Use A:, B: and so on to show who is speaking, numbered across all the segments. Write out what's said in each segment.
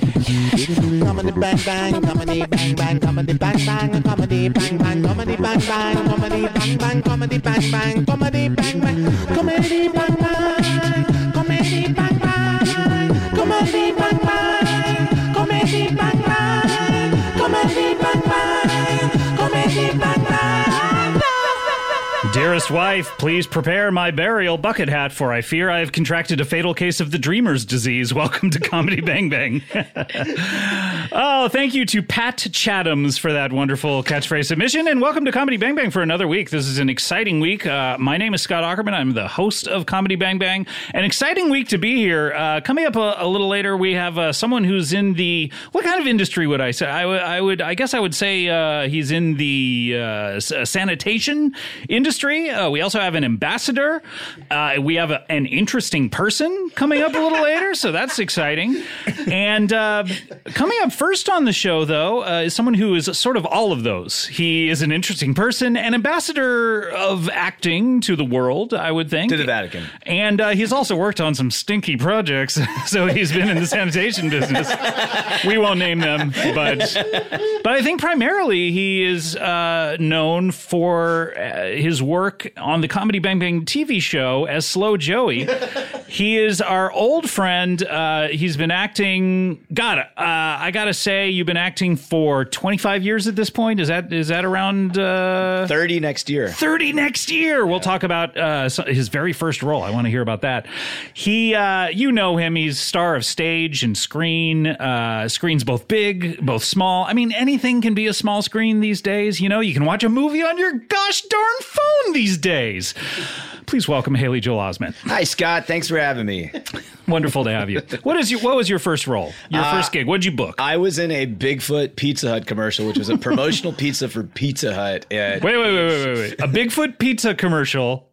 A: Comedy bang bang, comedy bang bang, comedy bang bang, comedy bang bang, comedy bang bang, comedy bang bang, comedy bang bang, comedy bang bang, comedy bang bang, comedy bang bang, comedy bang bang, comedy bang bang, comedy bang bang, comedy bang bang.
B: Dearest wife, please prepare my burial bucket hat, for I fear I have contracted a fatal case of the dreamer's disease. Welcome to Comedy Bang Bang. oh, thank you to Pat Chathams for that wonderful catchphrase submission, and welcome to Comedy Bang Bang for another week. This is an exciting week. Uh, my name is Scott Ackerman. I'm the host of Comedy Bang Bang. An exciting week to be here. Uh, coming up a, a little later, we have uh, someone who's in the what kind of industry would I say? I would, I would, I guess I would say uh, he's in the uh, s- uh, sanitation industry. Uh, we also have an ambassador. Uh, we have a, an interesting person coming up a little later, so that's exciting. And uh, coming up first on the show, though, uh, is someone who is sort of all of those. He is an interesting person, an ambassador of acting to the world, I would think.
C: To the Vatican.
B: And uh, he's also worked on some stinky projects, so he's been in the sanitation business. We won't name them, but but I think primarily he is uh, known for uh, his work on the Comedy Bang Bang TV show as Slow Joey. he is our old friend. Uh, he's been acting. God, uh, I gotta say, you've been acting for 25 years at this point. Is that is that around? Uh,
C: 30 next year.
B: 30 next year. We'll talk about uh, so- his very first role. I want to hear about that. He, uh, you know him. He's star of stage and screen. Uh, screens both big, both small. I mean, anything can be a small screen these days. You know, you can watch a movie on your gosh darn phone these days. Please welcome Haley Joel Osment.
C: Hi, Scott. Thanks for having me.
B: Wonderful to have you. What is your What was your first role? Your first gig? What'd you book?
C: Uh, I was in a Bigfoot Pizza Hut commercial, which was a promotional pizza for Pizza Hut. At,
B: wait, wait, wait, wait, wait, wait. A Bigfoot pizza commercial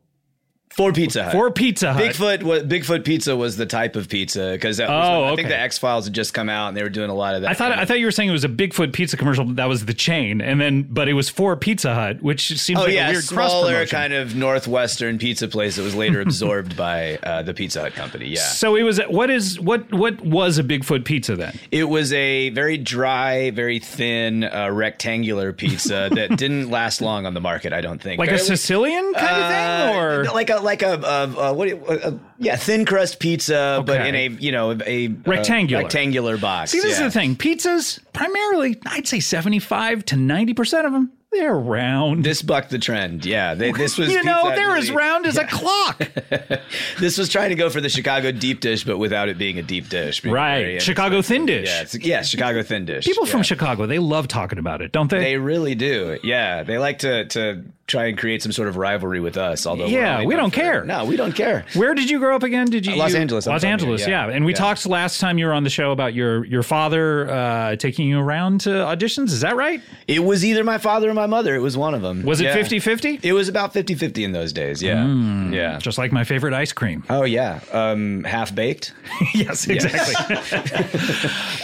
C: For Pizza Hut.
B: for Pizza Hut.
C: uh, Bigfoot, wa- Bigfoot pizza was the type of pizza because oh,
B: Oh,
C: I think
B: okay.
C: the X Files had just come out and they were doing a lot of that.
B: I thought I thought you were saying it was a Bigfoot pizza commercial. But that was the chain, and then but it was for Pizza Hut, which seems
C: oh
B: like
C: yeah,
B: a weird cross
C: smaller
B: promotion.
C: kind of northwestern pizza place that was later absorbed by uh, the Pizza Hut company. Yeah,
B: So it was what is what what was a Bigfoot pizza then?
C: It was a very dry, very thin, uh, rectangular pizza that didn't last long on the market. I don't think.
B: Like a
C: But it was-
B: Sicilian kind of thing, or
C: Uh, like a like a, a, a what? do you- A, a- Uh, yeah, thin crust pizza, but
B: Okay.
C: in a you know a uh,
B: Rectangular.
C: rectangular box.
B: see, this is
C: yeah.
B: the thing. Pizzas primarily, I'd say seventy five to ninety percent of them They're round.
C: This bucked the trend. Yeah, they, this was
D: you know,
C: Pizza Hut
D: they're as
C: really-
D: round as a clock.
C: This was trying to go for the Chicago deep dish, but without it being a deep dish. Being
B: Right.
C: very
B: Chicago thin dish.
C: Yeah, it's, yeah, Chicago thin dish.
B: People
C: yeah.
B: from Chicago, they love talking about it, don't they?
C: They really do. Yeah, they like to to try and create some sort of rivalry with us. Although, we're
B: Yeah,
C: only
B: we
C: known
B: don't
C: for-
B: care.
C: No, we don't care.
B: Where did you grow up again? Did you
C: Los
B: you-
C: Angeles, I'm
B: Los
C: from here,
B: Angeles, yeah.
C: yeah.
B: And we
C: Yeah.
B: talked last time you were on the show about your your father uh, taking you around to auditions. Is that right?
C: It was either my father or my mother. It was one of them.
B: Was it
C: Yeah.
B: 50-50?
C: It was about 50-50 in those days. Yeah, yeah.
B: Mm, Just like my favorite ice cream.
C: Oh yeah, um, half baked.
B: yes, exactly.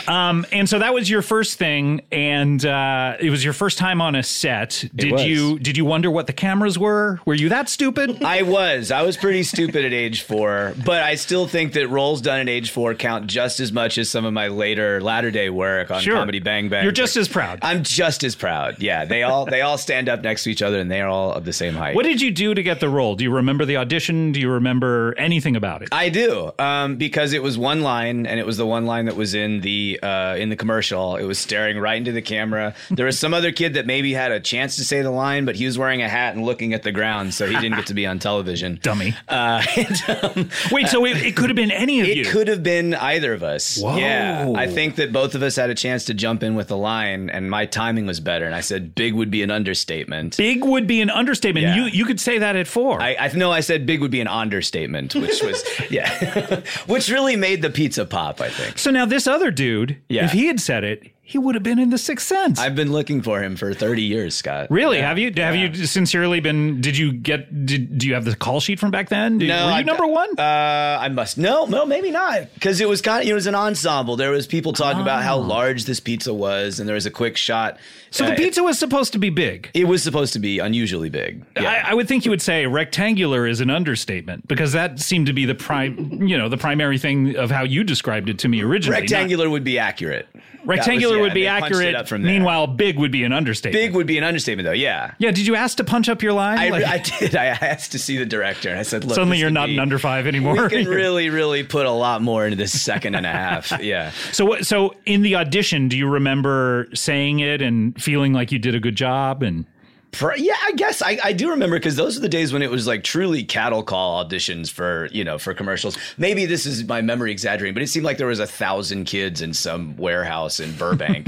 B: um, and so that was your first thing, and uh, it was your first time on a set. Did
C: was.
B: you did you wonder what the cameras were? Were you that stupid?
C: I was. I was pretty stupid at age four, but I still think that roles done at age four count just as much as some of my later latter day work on
B: Sure.
C: comedy Bang Bang.
B: You're just as proud.
C: I'm just as proud. Yeah, they all they all stand up next to each other and they are all of the same height.
B: what did you do to get the role? Do you remember the audition? Do you remember anything about it?
C: I do um, because it was one line, and it was the one line that was in the uh, in the commercial. It was staring right into the camera. There was some other kid that maybe had a chance to say the line, but he was wearing a hat and looking at the ground, so he didn't get to be on television.
B: Dummy.
C: Uh, and, um,
B: Wait, so it, it could have been any of you.
C: it could have been either of us.
B: Whoa.
C: Yeah, I think that both of us had a chance to jump in with the line, and my timing was better. And I said big would be an understatement.
B: Big would be an understatement.
C: Yeah.
B: You you could say that at four.
C: I, I know I said big would be an understatement, which was yeah, which really made the pizza pop. I think.
B: so now this other dude,
C: Yeah.
B: if he had said it, he would have been in the sixth sense.
C: I've been looking for him for 30 years, Scott.
B: really? Have you have you sincerely been? Did you get? Did, do you have the call sheet from back then? Did, were you
C: I-
B: number one?
C: Uh, I must. No, no, maybe not. Because it was kind of, it was an ensemble. There was people talking about how large this pizza was, and there was a quick shot.
B: Oh. so
C: Uh,
B: the
C: it-
B: pizza was supposed to be big.
C: It, was supposed to be unusually big. Yeah.
B: I, I would think you would say rectangular is an understatement because that seemed to be the prime, you know, the primary thing of how you described it to me originally.
C: Rectangular would be accurate.
B: Not- rectangular
C: That was- yeah,
B: would be
C: they punched
B: accurate.
C: It up from there.
B: Meanwhile, big would be an understatement.
C: big would be an understatement, though. Yeah.
B: Yeah. Did you ask to punch up your line?
C: I,
B: Like-
C: I did. I asked to see the director. I said, "Look,
B: suddenly
C: this
B: you're
C: could
B: not
C: be-
B: an under five anymore.
C: We can really, really put a lot more into this second and a half. Yeah.
B: So, what- so in the audition, do you remember saying it and feeling like you did a good job? And
C: Pr- yeah, I guess I, I do remember because those are the days when it was like truly cattle call auditions for you know for commercials. Maybe this is my memory exaggerating, but it seemed like there was a thousand kids in some warehouse in Burbank,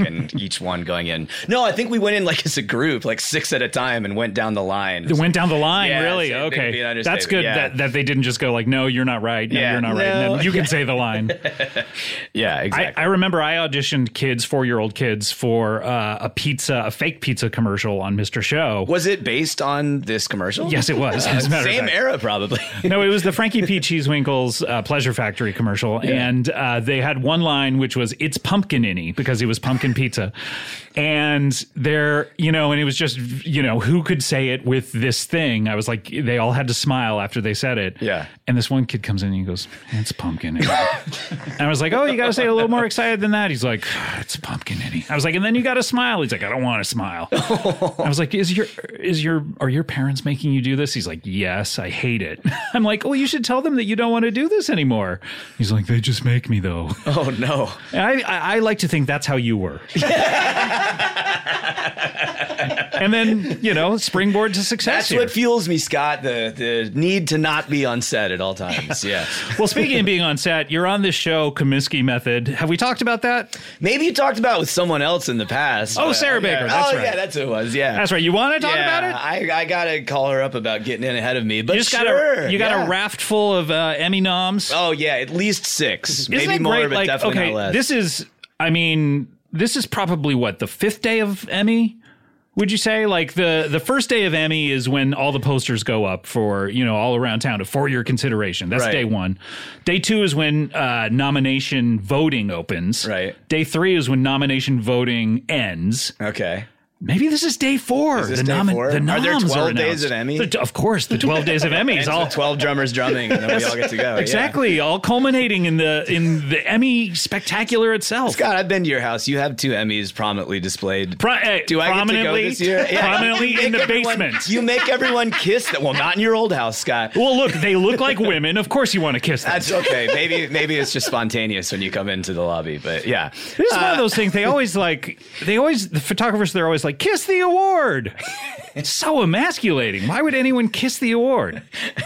C: and each one going in. No, I think we went in like as a group, like six at a time, and went down the line.
B: it went down the line,
C: Yeah,
B: really?
C: so it could be an
B: Okay,
C: understatement,
B: that's good
C: yeah.
B: that, that they didn't just go like, "No, you're not right. No,
C: Yeah,
B: you're not right." And
C: no,
B: then you can say the line.
C: yeah,
B: I,
C: exactly.
B: I remember I auditioned kids, four year old kids, for uh, a pizza, a fake pizza commercial on Mr. Show.
C: was it based on this commercial?
B: Yes, it was. As a matter of
C: Same
B: fact.
C: era, probably.
B: no, it was the Frankie P. Cheesewinkle's uh, Pleasure Factory commercial, and uh, they had one line which was "It's pumpkin inny" because it was pumpkin pizza, and there, you know, and it was just, you know, who could say it with this thing? I was like, they all had to smile after they said it.
C: Yeah.
B: And this one kid comes in and he goes, "It's pumpkin inny," and I was like, "Oh, you got to say it a little more excited than that." He's like, "It's pumpkin inny." I was like, "And then you got to smile." He's like, "I don't want to smile." I was like, "Is your is your are your parents making you do this?" He's like, "Yes, I hate it." I'm like, "Well, you should tell them that you don't want to do this anymore." He's like, "They just make me though."
C: oh no.
B: And I, I I like to think that's how you were. and then you know, springboard to success.
C: That's
B: here.
C: what fuels me, Scott. The the need to not be on set at all times. Yeah.
B: well, speaking of being on set, you're on this show, Comiskey Method. Have we talked about that?
C: Maybe you talked about it with someone else in the past.
B: Oh,
C: but-
B: Sarah Baker,
C: Yeah.
B: that's
C: oh,
B: right.
C: yeah, that's who it was. Yeah,
B: That's right. You want to talk
C: yeah,
B: about it?
C: I, I gotta call her up about getting in ahead of me. But
B: you just got
C: sure,
B: a you got
C: yeah.
B: a raft full of uh, Emmy noms.
C: Oh yeah, at least 6
B: Isn't
C: maybe
B: it
C: more,
B: great?
C: but
B: like,
C: definitely
B: okay,
C: not less.
B: this is. I mean, this is probably what the fifth day of Emmy. Would you say like the the first day of Emmy is when all the posters go up for you know all around town for your consideration? That's
C: Right.
B: day one. Day two is when uh, nomination voting opens.
C: Right.
B: Day three is when nomination voting ends.
C: okay.
B: Maybe this is day four.
C: this
B: the
C: day
B: nomi-
C: four?
B: The
C: Are
B: noms
C: there 12 days
B: announced.
C: of Emmy?
B: The- of course, the twelve days of Emmy is
C: All
B: all
C: twelve drummers drumming, and then we all get to go. yeah.
B: Exactly, all culminating in the in the Emmy spectacular itself.
C: Scott, I've been to your house. You have two Emmys prominently displayed.
B: Pro- eh,
C: Do I get to go
B: prominently,
C: this year? Yeah.
B: prominently
C: You
B: in the
C: make everyone-
B: basement.
C: You make everyone kiss. That well, not in your old house, Scott.
B: well, look, they look like women. Of course, you want to kiss them.
C: That's okay. Maybe maybe it's just spontaneous when you come into the lobby, but yeah. Uh,
B: This is one of those things. They always like. They always the photographers. They're always like,
D: like, kiss the award. it's so emasculating. Why would anyone kiss the award?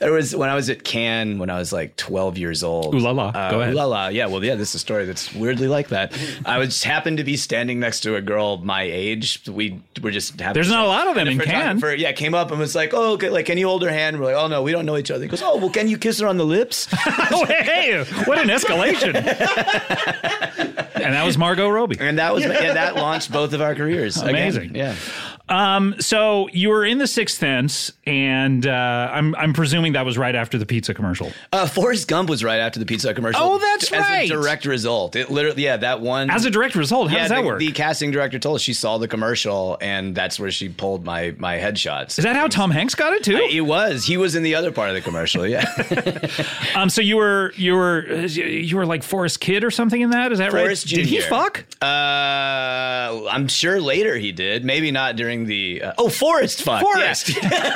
C: There was when I was at Cannes when I was like 12 years old. Uh,
B: Ooh la la. Go ahead.
C: Ooh la la. Yeah. Well, yeah. This is a story that's weirdly like that. I was happened to be standing next to a girl my age. We were just having.
B: There's not a lot of them in Cannes.
C: photographer, yeah, came up and was like, "Oh, okay, like, can you hold her hand?" We're like, "Oh no, we don't know each other." He goes, "Oh, well, can you kiss her on the lips?"
B: oh, hey, what an escalation. and that was Margot Robbie.
C: and that was yeah, that launched both of our careers. again.
B: Amazing.
C: Yeah.
B: Um, so you were in the Sixth Sense, and uh, I'm I'm presuming that was right after the pizza commercial.
C: Uh, Forrest Gump was right after the pizza commercial.
B: Oh, that's
C: as
B: right.
C: A direct result. It literally, yeah, that one.
B: As a direct result, how
C: yeah,
B: does that
C: the,
B: work?
C: The casting director told us she saw the commercial, and that's where she pulled my my headshots.
B: Is that how Tom Hanks got it too?
C: It was. He was in the other part of the commercial. Yeah.
B: Um, so you were you were you were like Forrest Kid or something in that? Is that
C: Forrest
B: right? Did he
C: Jr..
B: fuck?
C: uh, I'm sure later he did. Maybe not during the. Uh, oh, Forrest Oh, fuck.
B: Forrest.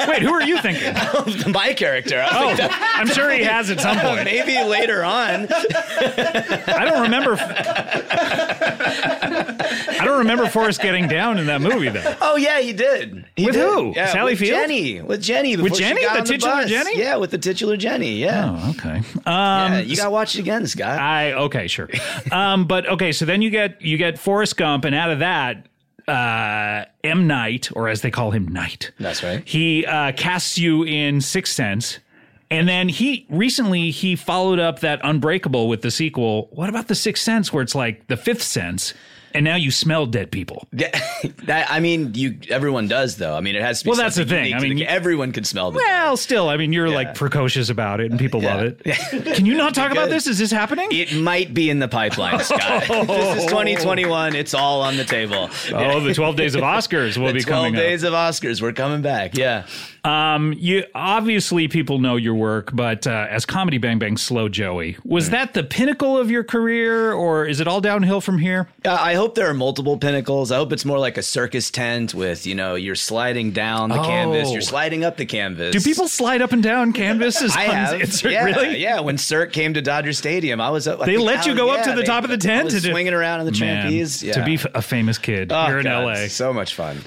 B: Wait, who are you thinking?
C: Yeah. my character. I
B: Oh,
C: was like,
B: I'm sure he has at some point.
C: Maybe later on.
B: I don't remember. I don't remember Forrest getting down in that movie though.
C: Oh yeah, he did. He
B: With
C: did.
B: who?
C: Yeah,
B: Sally
C: with
B: Field?
C: Jenny. With Jenny. before she
B: Jenny?
C: got
B: The
C: on
B: titular
C: bus.
B: Jenny?
C: Yeah, with the titular Jenny. Yeah.
B: Oh, okay. Um,
C: yeah, you gotta watch it again, Scott.
B: I okay, sure. Um, but okay, so then you get you get Forrest Gump, and out of that, uh, M Night, or as they call him, Knight.
C: That's right.
B: He uh, casts you in Sixth Sense, and then he recently he followed up that Unbreakable with the sequel. What about the Sixth Sense, where it's like the Fifth Sense, and now you smell dead people?
C: Yeah, that I mean, you everyone does though. I mean, it has to be.
B: Well, that's the
C: something
B: thing.
C: unique
B: I
C: to
B: mean,
C: the-
B: you-
C: everyone can smell them.
B: Well, still, I mean, you're like precocious about it, and people love it. Can you not talk about
C: Good.
B: this? Is this happening?
C: It might be in the pipeline, Scott. this is 2021. It's all on the table.
B: Oh, the 12 days of Oscars will
C: The
B: be
C: 12
B: coming up.
C: days of Oscars. We're coming back. Yeah.
B: Um, you obviously people know your work, but uh, as comedy Bang Bang Slow Joey, was that the pinnacle of your career, or is it all downhill from here?
C: Uh, I hope there are multiple pinnacles. I hope it's more like a circus tent with, you know, you're sliding down the canvas,
B: Oh.
C: you're sliding up the canvas.
B: Do people slide up and down canvases?
C: I
B: on
C: have.
B: It's,
C: yeah,
B: really?
C: yeah. When Cirque came to Dodger Stadium, I was up. I
B: They
C: think
B: let you
C: I-
B: go up
C: yeah,
B: to the
C: they-
B: top of the tent
C: I was
B: to do-
C: swinging around on the
B: Man,
C: trapeze. Yeah.
B: To be f- a famous kid,
C: Oh,
B: you're in
C: God,
B: LA.
C: So much fun.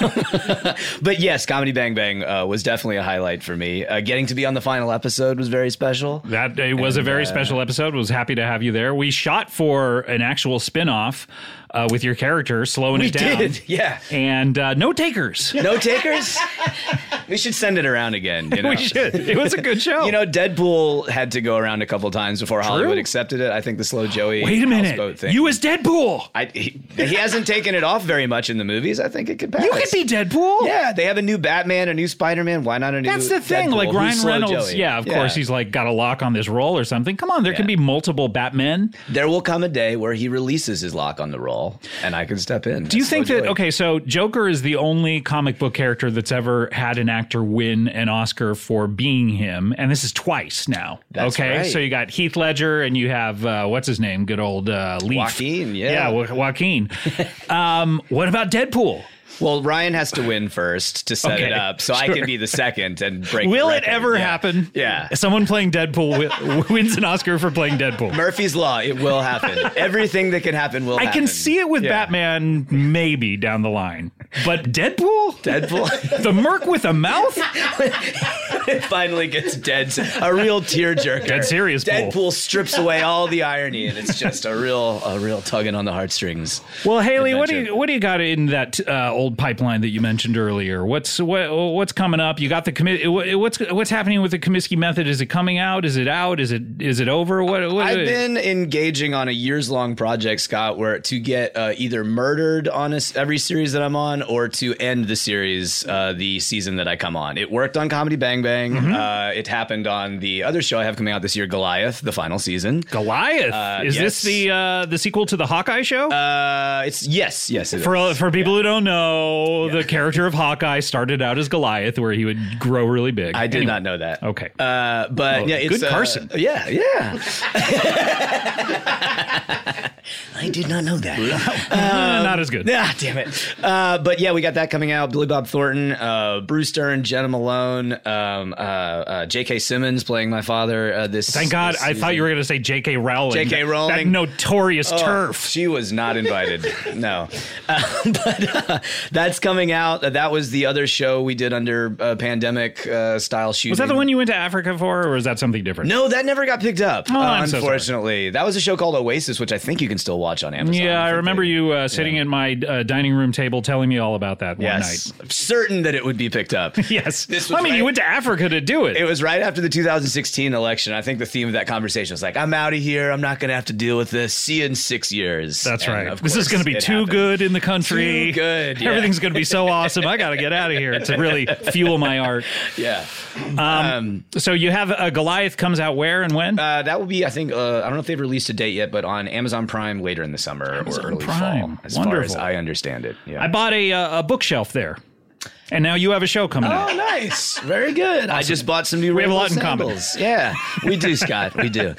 C: but yes, Comedy Bang Bang uh, was definitely a highlight for me. Uh, getting to be on the final episode was very special.
B: That it was a
C: uh,
B: very special episode. Was happy to have you there. We shot for an actual spin-off uh, with your character slowing
C: We
B: it down.
C: did, yeah.
B: and uh, no takers.
C: No takers? we should send it around again. You know?
B: we should. It was a good show.
C: You know, Deadpool had to go around a couple times before Hollywood accepted it. I think the slow Joey
B: wait a
C: houseboat
B: minute,
C: thing.
B: you as Deadpool.
C: I, he, he hasn't taken it off very much in the movies. I think it could pass.
B: You could be Deadpool.
C: Yeah, they have a new Batman, a new Spider Man. Why not a new?
B: That's the thing.
C: Deadpool?
B: Like
C: Who's
B: Ryan
C: Slow
B: Reynolds.
C: Joey?
B: Yeah, of course. He's like got a lock on this role or something. Come on, there can be multiple Batmen.
C: There will come a day where he releases his lock on the roll, and I can step in.
B: Do you think that, okay, so Joker is the only comic book character that's ever had an actor win an Oscar for being him. And this is twice now.
C: That's
B: okay.
C: right.
B: So you got Heath Ledger and you have, uh, what's his name? Good old uh, Leaf.
C: Joaquin? Yeah.
B: Yeah, Wa- Joaquin. um, what about Deadpool?
C: Well, Ryan has to win first to set
B: Okay,
C: it up, so I
B: sure.
C: can be the second and break. the
B: Will it
C: record.
B: ever
C: Yeah.
B: happen?
C: Yeah.
B: Someone playing Deadpool wi- wins an Oscar for playing Deadpool.
C: Murphy's Law. It will happen. Everything that can happen will.
B: I
C: happen.
B: can see it with
C: Yeah.
B: Batman maybe down the line, but Deadpool,
C: Deadpool
B: the Merc with a mouth.
C: finally gets dead. A real tearjerker.
B: Dead serious, Paul.
C: Deadpool strips away all the irony, and it's just a real, a real tugging on the heartstrings.
B: Well, Haley, what do
C: Adventure.
B: you what do you got in that uh, old pipeline that you mentioned earlier? What's what what's coming up? You got the commi- wha- What's what's happening with the Comiskey method? Is it coming out? Is it out? Is it is it over? What, what
C: I've been engaging on a years long project, Scott, where to get uh, either murdered on a s every series that I'm on, or to end the series uh, the season that I come on. It worked on Comedy Bang Bang.
B: Mm-hmm.
C: Uh, it happened on the other show I have coming out this year, Goliath, the final season. Uh,
B: Goliath. is this uh,
C: yes.
B: the uh, the sequel to the Hawkeye show?
C: Uh, it's yes, yes. it is.
B: for for people who don't know, No, the character of Hawkeye started out as Goliath, where he would grow really big.
C: I did
B: Anyway,
C: not know that.
B: Okay.
C: Uh, but
B: Oh,
C: yeah, it's
B: good
C: uh,
B: Carson.
C: Yeah, yeah. I did not know that.
B: Eh, not as good.
C: Ah, damn it. Uh, but yeah, we got that coming out. Billy Bob Thornton, uh, Bruce Stern, Jenna Malone, um, uh, uh, J.K. Simmons playing my father. Uh, this
B: Thank God.
C: this
B: I thought you were going to say J.K. Rowling.
C: J.K. Rowling. Oh,
B: That notorious turf.
C: She was not invited. no, uh, but uh, that's coming out. Uh, That was the other show we did under uh, pandemic uh, style shooting.
B: Was that the one you went to Africa for, or is that something different?
C: No, that never got picked up.
B: Oh,
C: uh,
B: I'm so sorry.
C: unfortunately, that was a show called Oasis, which I think you can still watch on Amazon.
B: Yeah, I
C: think
B: remember
C: they-
B: you uh, sitting at my uh, dining room table telling me all about that one
C: Yes, I'm certain that it would be picked up.
B: night. Yes.
C: This
B: I
C: was
B: mean, you
C: right-
B: went to Africa to do it.
C: It was right after the 2016 election. I think the theme of that conversation was like, "I'm out of here. I'm not going to have to deal with this. See you in six years."
B: That's
C: And
B: right.
C: of
B: This is
C: course,
B: going to be
C: it
B: too
C: happened.
B: good in the country.
C: Too good, yeah.
B: Everything's going to be so awesome. I got to get out of here to really fuel my art.
C: Yeah,
B: Um,
C: Um,
B: So you have uh, Goliath comes out where and when?
C: uh, that will be. I think uh, I don't know if they've released a date yet, but on Amazon Prime later in the summer
B: Amazon
C: or early
B: Prime.
C: fall. As far as
B: Wonderful.
C: I understand it, yeah.
B: I bought a uh, a bookshelf there, and now you have a show coming out.
C: Oh, nice. Very good. I just bought some new
B: We have a
C: Rainbow
B: lot in common.
C: sandals. Yeah, we do, Scott. We do.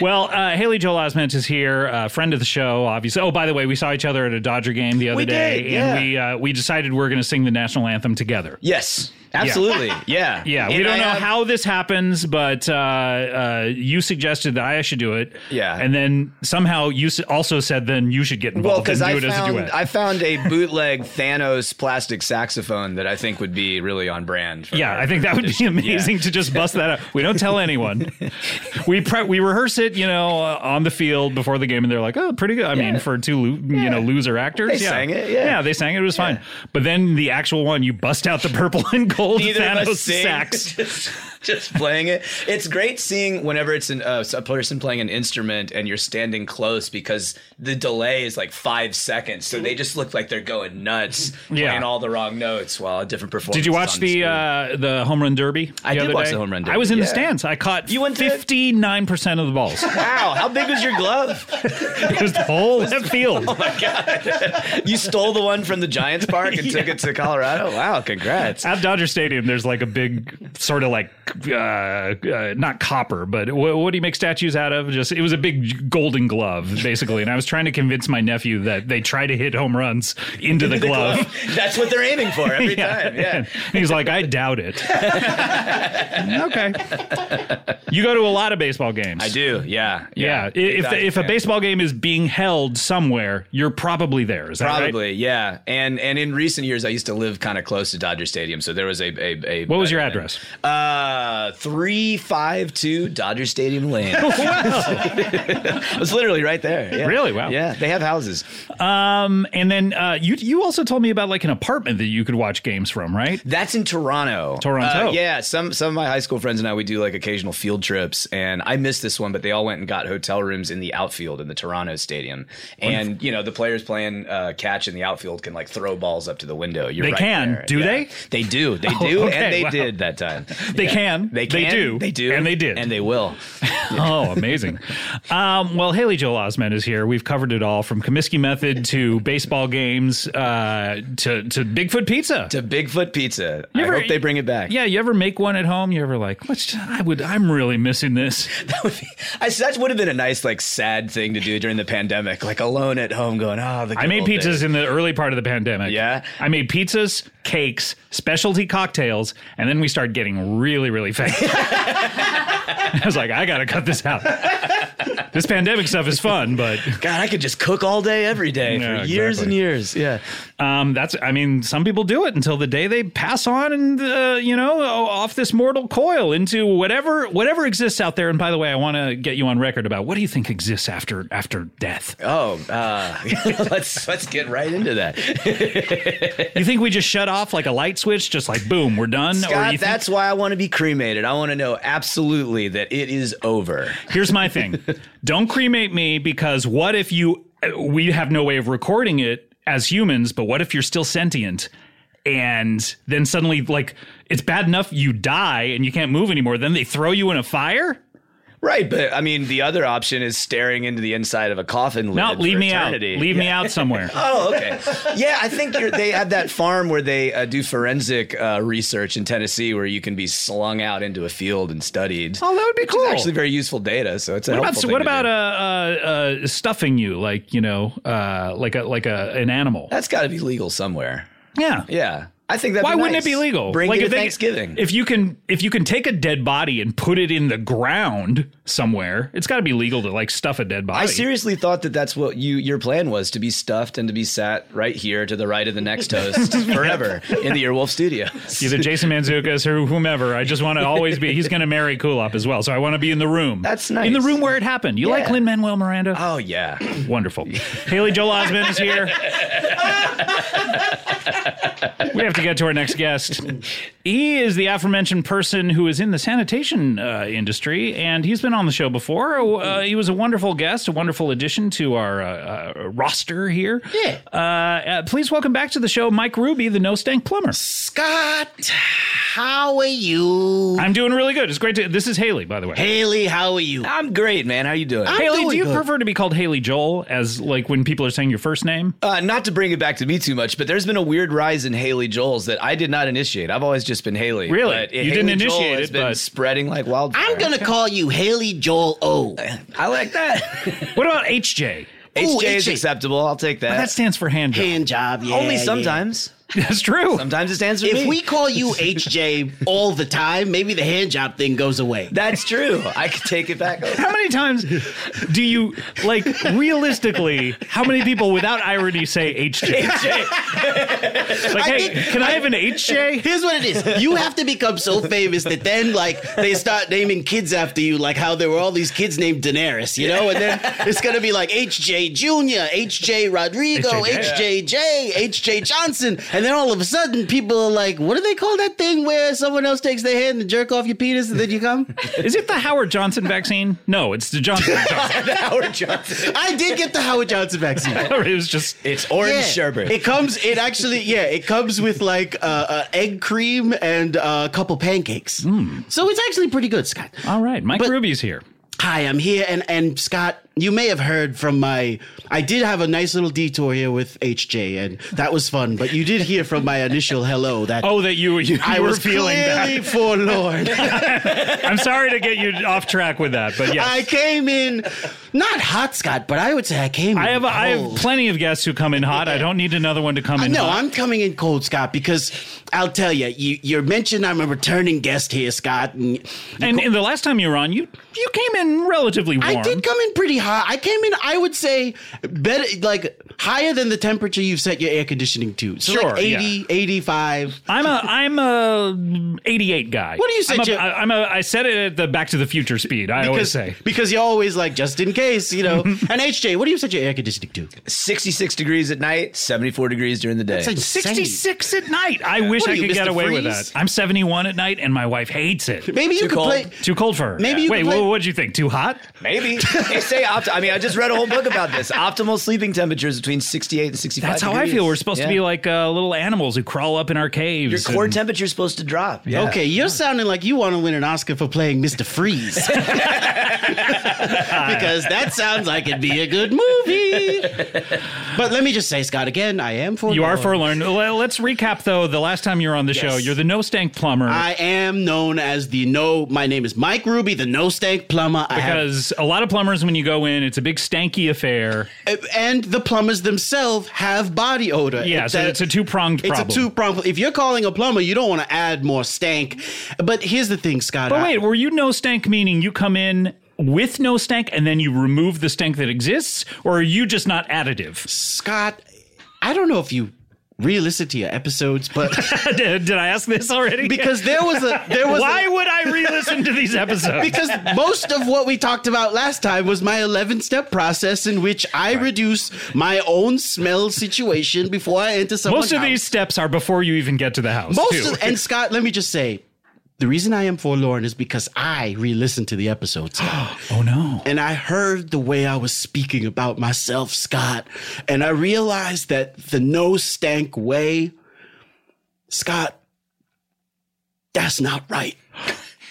B: Well, uh, Haley Joel Osment is here, uh, friend of the show, obviously. Oh, by the way, we saw each other at a Dodger game the other
C: We
B: day,
C: did,
B: and we uh, we decided we're going to sing the national anthem together.
C: Yes, absolutely. Yeah.
B: Yeah, we
C: And
B: don't
C: I
B: know
C: have-
B: how this happens, but uh, uh, you suggested that I should do it.
C: Yeah.
B: and then somehow you s- also said then you should get
C: Well,
B: involved
C: because
B: and do
C: I
B: it as a
C: found
B: duet.
C: I found a bootleg Thanos plastic saxophone that I think would be really on brand. for
B: yeah,
C: our
B: I think that would be
C: competition. Yeah.
B: amazing to just bust that out. We don't tell anyone. we pre- we rehearse it, you know, uh, on the field before the game, and they're like, "Oh, pretty good." I mean, for two lo- you know loser actors,
C: They
B: yeah.
C: sang it, yeah.
B: they sang it. It was fine. But then the actual one, you bust out the purple and gold
C: Neither of
B: Thanos
C: us sing,
B: sax.
C: Just, just playing it. It's great seeing whenever it's an, uh, a person playing an instrument and you're standing close because the delay is like five seconds. So they just look like they're going nuts,
B: Yeah.
C: playing all the wrong notes while a different performance.
B: Did you
C: is
B: watch
C: on
B: the
C: screen.
B: uh, the home run derby?
C: I
B: the
C: did
B: other
C: watch
B: day?
C: the home run
B: I was in the
C: derby, yeah.
B: stands. I caught
C: You went to-
B: fifty nine percent of the balls.
C: Wow, how big was your glove? Oh
B: it was the whole left field.
C: You stole the one from the Giants Park and took it to Colorado? Wow, congrats.
B: At Dodger Stadium, there's like a big sort of like uh, uh, not copper, but wh- what do you make statues out of? Just it was a big golden glove basically, and I was trying to convince my nephew that they try to hit home runs into the glove.
C: That's what they're aiming for every time. Yeah.
B: And he's like, I doubt it. okay. You go to a lot of baseball games.
C: I do. Yeah.
B: Yeah. I- If,
C: Dodger
B: if a
C: fan.
B: baseball game is being held somewhere, you're probably there. Is that right?
C: Probably, yeah. And and in recent years, I used to live kind of close to Dodger Stadium, so there was a a. a
B: What was your address?
C: Uh, three five two Dodger Stadium Lane. it was literally right there. yeah.
B: Really? Wow.
C: Yeah, they have houses.
B: Um, and then uh, you you also told me about like an apartment that you could watch games from, right?
C: That's in Toronto.
B: Toronto.
C: Uh, yeah, some some of my high school friends and I we do like occasional field trips, and I missed this one, but they all went and got hotel rooms in the outfield in the Toronto stadium, and you know the players playing uh, catch in the outfield can like throw balls up to the window. You're
B: They
C: right
B: can,
C: there.
B: do
C: Yeah.
B: they?
C: They do. They
B: Oh,
C: do,
B: okay,
C: and they
B: wow.
C: did that time.
B: They can.
C: They
B: They
C: can.
B: do.
C: They do.
B: And they did.
C: And they will.
B: Oh, amazing. um, well, Haley Joel Osment is here. We've covered it all from Comiskey Method to baseball games uh, to to Bigfoot Pizza.
C: To Bigfoot Pizza.
B: You
C: I
B: ever-
C: hope they bring it back.
B: yeah, you ever make one at home? You ever like, let's just- I would, I'm really missing this.
C: That would be. I, that would have been a nice, like, sad thing to do during the pandemic, like alone at home, going, "Oh, the."
B: I
C: good
B: made
C: old days."
B: pizzas in the early part of the pandemic.
C: Yeah?
B: I made pizzas, cakes, specialty cocktails, and then we started getting really, really fat. I was like, I gotta cut this out. this pandemic stuff is fun, but
C: God, I could just cook all day, every day for
B: Yeah,
C: years
B: exactly.
C: and years. Yeah.
B: um, that's. I mean, some people do it until the day they pass on and uh, you know off this mortal coil into whatever whatever exists out there. And by the way, I want to get you on record about what do you think exists after after death?
C: Oh, uh, let's let's get right into that.
B: you think we just shut off like a light switch, just like boom, we're done? you
C: God,
B: think-
C: that's why I want to be cremated. I want to know absolutely that it is over.
B: Here's my thing. Don't cremate me because what if you we have no way of recording it as humans, but what if you're still sentient? And then suddenly like it's bad enough you die and you can't move anymore, then they throw you in a fire?
C: Right, but I mean, the other option is staring into the inside of a coffin lid.
B: No, leave
C: for
B: me
C: eternity.
B: out. Leave me
C: Yeah.
B: out somewhere.
C: Oh, okay. Yeah, I think you're, they have that farm where they uh, do forensic uh, research in Tennessee, where you can be slung out into a field and studied.
B: Oh, that would be
C: which
B: cool.
C: Is actually, very useful data. So it's a
B: What about
C: helpful thing
B: what
C: to do.
B: about uh, uh, uh, stuffing you like you know uh, like a like a an animal?
C: That's got to be legal somewhere.
B: Yeah.
C: Yeah, I think that.
B: Why wouldn't it be legal?
C: Bring it to
B: if they-
C: Thanksgiving.
B: If you can if you can take a dead body and put it in the ground somewhere, it's got to be legal to like stuff a dead body.
C: I seriously thought that that's what you your plan was to be stuffed and to be sat right here to the right of the next host forever in the Earwolf studio.
B: Either Jason Manzukas or whomever. I just want to always be. He's going to marry Kulop as well, so I want to be in the room.
C: That's
B: In the
C: nice.
B: room where it happened. You like
C: Yeah.
B: Lin Manuel Miranda?
C: Oh yeah,
B: Wonderful. Haley Joel Osment is here. we have to get to our next guest. He is the aforementioned person who is in the sanitation uh, industry, and he's been on the show before. Uh, he was a wonderful guest, a wonderful addition to our uh, uh, roster here. Yeah. Uh, uh, please welcome back to the show Mike Ruby, the no stank plumber.
E: Scott, how are you?
B: I'm doing really good. It's great to. This is Haley, by the way.
E: Haley, how are you?
C: I'm great, man. How you doing?
B: Haley, do
E: doing
B: you
E: good.
B: prefer to be called Haley Joel as like when people are saying your first name?
C: Uh, not to bring it back to me too much, but there's been a weird rise in Haley Joel's that I did not initiate. I've always just been Haley.
B: Really?
C: But
B: You
C: Haley
B: didn't
C: Joel
B: initiate
C: has
B: it,
C: been
B: but-
C: spreading like wildfire.
E: I'm gonna call you Haley Joel O.
C: I like that.
B: What about HJ?
C: HJ is
E: HJ.
C: acceptable. I'll take that.
B: That stands for hand job.
E: Hand job, yeah.
C: Only
E: yeah.
C: sometimes.
B: That's true.
C: Sometimes it stands for me.
E: If we call you HJ all the time, maybe the hand job thing goes away.
C: That's true. I could take it back.
B: How many times do you like realistically? How many people without irony say HJ? like, hey, can I have an HJ?
E: Here's what it is. You have to become so famous that then like they start naming kids after you, like how there were all these kids named Daenerys, you know? And then it's gonna be like HJ Jr., HJ Rodrigo,
B: HJJ.
E: HJJ, HJ Johnson. And then all of a sudden people are like, what do they call that thing where someone else takes their hand and jerk off your penis and then you come?
B: Is it the Howard Johnson vaccine? No, it's the Johnson. Johnson.
C: Howard Johnson.
E: I did get the Howard Johnson vaccine.
B: it was just
C: It's orange
E: Yeah.
C: sherbet.
E: It comes. It actually, yeah, it comes with like uh, uh, egg cream and uh, a couple pancakes. So it's actually pretty good, Scott.
B: Hmm. all right. Mike
E: But-
B: Ruby's here.
E: Hi, I'm here, and and Scott, you may have heard from my. I did have a nice little detour here with HJ, and that was fun. But you did hear from my initial hello that
B: Oh, that you you, you
E: I
B: were
E: was
B: feeling
E: clearly
B: that.
E: forlorn.
B: I'm sorry to get you off track with that, but yes.
E: I came in not hot, Scott, but I would say I came.
B: I
E: in
B: have I have
E: cold.
B: plenty of guests who come in hot. I don't need another one to come in
E: No,
B: hot.
E: I'm coming in cold, Scott, because I'll tell ya, you, you're mentioned I'm a returning guest here, Scott. And
B: and, and the last time you were on, you you came in relatively warm.
E: I did come in pretty hot. I came in, I would say, better, like higher than the temperature you've set your air conditioning to. So
B: Sure,
E: like 80,
B: yeah.
E: 85.
B: I'm a I'm a 88 guy.
E: What do you say,
B: I'm a,
E: Jim?
B: I, am a I said it at the Back to the Future speed. I always
E: Because,
B: say.
E: because you're always like, just in case, you know. and HJ, what do you set your air conditioning to?
C: 66 degrees at night, 74 degrees during the day.
E: It's insane.
B: 66 at night. I wish
E: What
B: I
E: are you,
B: could get
E: Mr.
B: away with
E: Freeze?
B: that. I'm 71 at night, and my wife hates it.
E: Maybe you
C: Too
E: could
C: cold.
E: play.
B: Too cold for her.
E: Maybe you
B: Wait,
E: could play-
B: what would you think? Too hot?
C: Maybe. They say opt- I mean, I just read a whole book about this. Optimal sleeping temperatures between 68 and 65.
B: That's how I
C: degrees.
B: feel. We're supposed to
C: Yeah.
B: be like uh, little animals who crawl up in our caves.
C: Your core
B: and-
C: temperature's supposed to drop. Yeah.
E: Okay, you're sounding like you want to win an Oscar for playing Mr. Freeze. because that sounds like it'd be a good movie. But let me just say, Scott, again, I am for
B: you are forlorn. Well, Let's recap though. The last time you were on the show, you're the no stank plumber.
E: I am known as the no. My name is Mike Ruby, the no stank plumber. I have,
B: because a lot of plumbers, when you go in, it's a big stanky affair.
E: and the plumbers themselves have body odor.
B: Yeah, so it's a two-pronged
E: It's
B: problem.
E: a two pronged. If you're calling a plumber, you don't want to add more stank. But here's the thing, Scott.
B: But
E: I-
B: wait, were you no stank meaning you come in with no stank and then you remove the stank that exists, or are you just not additive?
E: Scott, I don't know if you really listen to your episodes, but.
B: did, did I ask this already?
E: because there was a there was a-
B: why would I re-listen to these episodes?
E: because most of what we talked about last time was my 11 step process in which I reduce my own smell situation before I enter someone's
B: most of
E: house.
B: these steps are before you even get to the house.
E: most
B: too.
E: of, and Scott, let me just say, the reason I am forlorn is because I re-listened to the episodes. Scott.
B: oh no.
E: And I heard the way I was speaking about myself, Scott. And I realized that the no stank way, Scott, that's not right.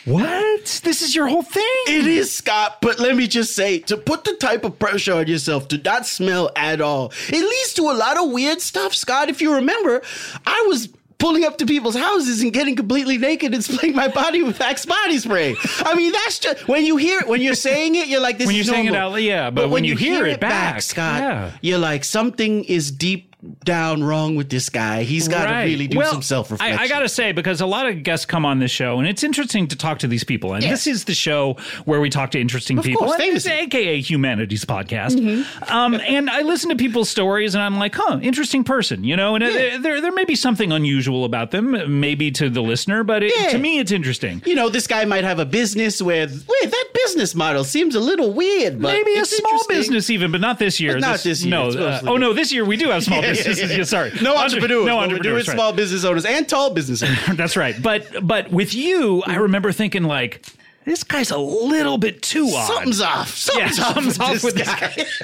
B: What? This is your whole thing?
E: It is, Scott, but let me just say to put the type of pressure on yourself to not smell at all, it leads to a lot of weird stuff, Scott. If you remember, I was pulling up to people's houses and getting completely naked and spraying my body with Axe body spray. I mean, that's just when you hear it, when you're saying it, you're like, this
B: When
E: is
B: you're saying it
E: normal.
B: out- yeah, but when you hear it back,
E: Scott,
B: yeah.
E: you're like, something is deep down wrong with this guy. He's got to
B: Right.
E: really do
B: Well,
E: some self reflection.
B: I, I got to say, because a lot of guests come on this show, and it's interesting to talk to these people. And this is the show where we talk to interesting people.
E: course,
B: and it's
E: famously. Mm-hmm.
B: AKA Humanities Podcast. Um, and I listen to people's stories, and I'm like, huh, interesting person, you know? And there, there, there may be something unusual about them, maybe to the listener, but it,
E: Yeah.
B: to me, it's interesting.
E: you know, this guy might have a business where, wait, that business model seems a little weird, but
B: Maybe a
E: it's
B: small
E: interesting.
B: business, even, but not this year.
E: But not this year.
B: No.
E: It's
B: uh,
E: mostly
B: oh
E: this-
B: no, this year we do have small
E: Yeah, yeah,
B: businesses.
E: yeah.
B: Yeah, sorry,
E: No
B: Under- No
E: entrepreneurs. but we're doing
B: entrepreneurs. right.
E: small business owners and tall business owners.
B: That's right. But but with you, I remember thinking like, this guy's a little bit too odd.
E: Something's off. Something's
B: Yeah,
E: off,
B: something's
E: with,
B: off
E: this
B: with this
E: guy.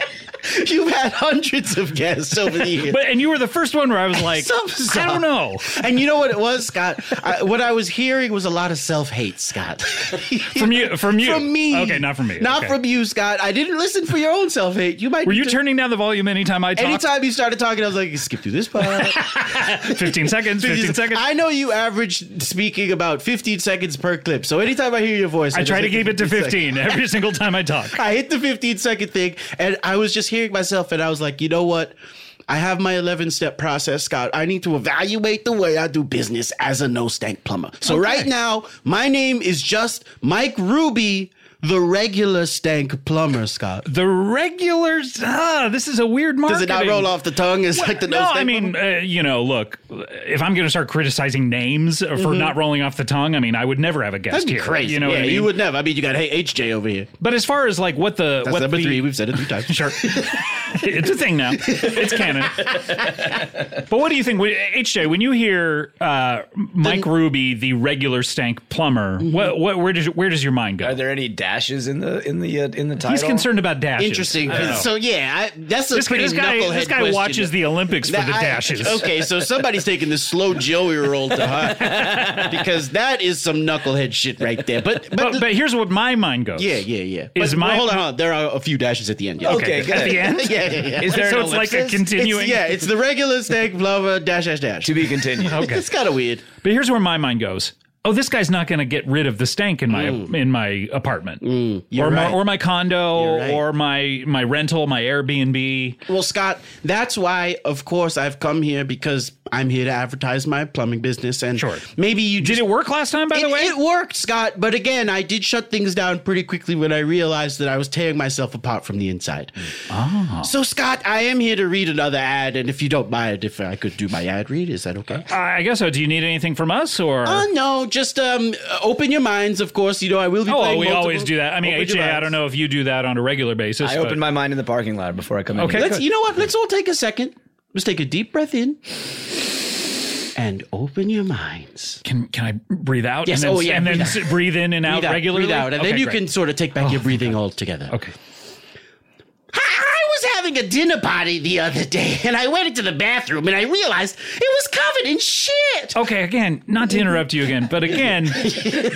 E: You've had hundreds of guests over the years.
B: but and you were the first one where I was like,
E: Something's
B: I don't
E: off.
B: know.
E: And you know what it was, Scott? I, what I was hearing was a lot of self hate, Scott.
B: From you- from you.
E: From me.
B: Okay, not from me.
E: Not
B: Okay.
E: from you, Scott. I didn't listen for your own self hate. You might
B: Were
E: need
B: you
E: to-
B: turning down the volume anytime I talked?
E: Anytime you started talking, I was like, skip through this part.
B: 15 seconds, 15 seconds.
E: I know you average speaking about 15 seconds per clip. So anytime I hear your voice,
B: I
E: just
B: try to
E: hit the
B: keep it to
E: 15
B: 15
E: seconds.
B: every single time I talk.
E: I hit the 15 second thing and I was just hearing myself and I was like, you know what? I have my 11 step process, Scott. I need to evaluate the way I do business as a no stank plumber. So right now, my name is just Mike Ruby, the regular stank plumber, Scott.
B: The regulars, ah, this is a weird market.
E: Does it not roll off the tongue? It's like the no,
B: no,
E: stank
B: I mean, uh, you know, look, if I'm going to start criticizing names for not rolling off the tongue, I mean, I would never have a guest
E: Mm-hmm. That'd be
B: here.
E: crazy.
B: You know what
E: Yeah,
B: I mean?
E: You would never. I mean, you got hey HJ over here.
B: But as far as like what the
E: That's
B: what
E: number
B: the-
E: three. We've said it three times.
B: Sure. it's a thing now. It's canon. but what do you think, when- HJ? When you hear uh, Mike Ruby, the regular stank plumber,
E: Mm-hmm.
B: what, what, where does where does your mind go?
C: Are there any dashes in the in the uh, in the title?
B: He's concerned about dashes.
E: Interesting.
B: I don't know.
E: So yeah, I, that's a
B: this, guy-
E: pretty
B: this guy,
E: knucklehead
B: this guy
E: question.
B: watches the Olympics for
E: That-
B: the
E: I-
B: dashes.
E: okay, so somebody's taking this slow Joey roll to heart because that is some knucklehead shit right there. But but,
B: But, but here's what my mind goes.
E: yeah, yeah, yeah.
B: Is
E: but,
B: my-
E: well, hold on, hold on. There are a few dashes at the end. Yeah.
C: Okay, good.
B: At the end,
E: yeah, yeah, yeah.
C: Is there
B: so
C: an
B: it's like a
C: ellipsis?
B: continuing.
E: It's, yeah, it's the regular steak blubber dash dash dash.
C: to be continued.
B: Okay.
E: It's kind of weird.
B: But here's where my mind goes. Oh, this guy's not going to get rid of the stank in my in my apartment, or
E: Mm. right.
B: my or my condo,
E: You're right.
B: or my my rental, my Airbnb.
E: Well, Scott, that's why, of course, I've come here because I'm here to advertise my plumbing business. And
B: Sure.
E: maybe you
B: Did
E: just
B: it work last time? By
E: it,
B: the way,
E: it worked, Scott. But again, I did shut things down pretty quickly when I realized that I was tearing myself apart from the inside.
B: Ah.
E: So, Scott, I am here to read another ad, and if you don't mind, if I could do my ad read, is that okay?
B: I I guess so. Do you need anything from us or?
E: Uh, no, just um, open your minds. Of course, you know I will be.
B: oh, well,
E: playing
B: we
E: multiple-
B: always do that. I mean,
E: Open your
B: HJ, I
E: minds.
B: don't know if you do that on a regular basis.
C: I
B: but-
C: opened my mind in the parking lot before I come in.
B: Okay,
C: here.
E: Let's. You know what? Let's all take a second. Let's take a deep breath in and open your minds.
B: Can can I breathe out?
E: Yes,
B: And then,
E: oh, yeah,
B: And then
E: breathe
B: s- breathe in and out,
E: breathe out,
B: regularly.
E: breathe out, and then
B: Okay,
E: you
B: great. Oh,
E: can sort of take back your breathing altogether.
B: Okay.
E: I was having a dinner party the other day and I went into the bathroom and I realized it was covered in shit.
B: Okay, again, not to interrupt you again, but again,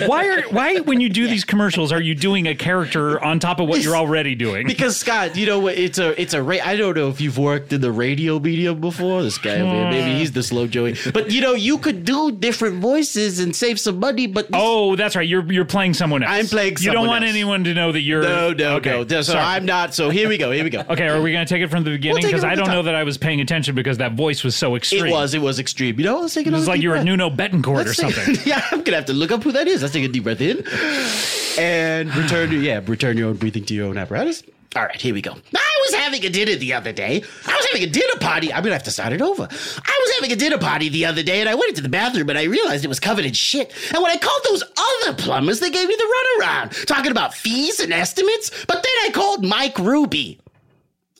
B: why are why when you do these commercials are you doing a character on top of what you're already doing?
E: Because Scott, you know what? It's a it's a ra- I don't know if you've worked in the radio medium before. This guy, over here, maybe he's the slow Joey. But you know, you could do different voices and save some money. But this-
B: Oh, that's right. You're you're playing someone else.
E: I'm playing
B: You don't
E: someone
B: want
E: else.
B: anyone to know that you're.
E: no, no,
B: okay.
E: no. So
B: Sorry.
E: I'm not. So here we go. Here we go.
B: Okay, are we going to take it from the beginning?
E: take it
B: Because
E: from
B: I
E: the
B: don't
E: top.
B: know that I was paying attention because that voice was so extreme.
E: It was. It was extreme. You know, let's take
B: It
E: another
B: was like
E: deep
B: you were
E: breath.
B: Nuno Betancourt or
E: Let's take-
B: something.
E: yeah, I'm gonna have to look up who that is. Let's take a deep breath in and return. to- Yeah, return your own breathing to your own apparatus. All right, here we go. I was having a dinner the other day. I was having a dinner party. I'm gonna have to start it over. I was having a dinner party the other day, and I went into the bathroom, and I realized it was covered in shit. And when I called those other plumbers, they gave me the runaround, talking about fees and estimates. But then I called Mike Ruby.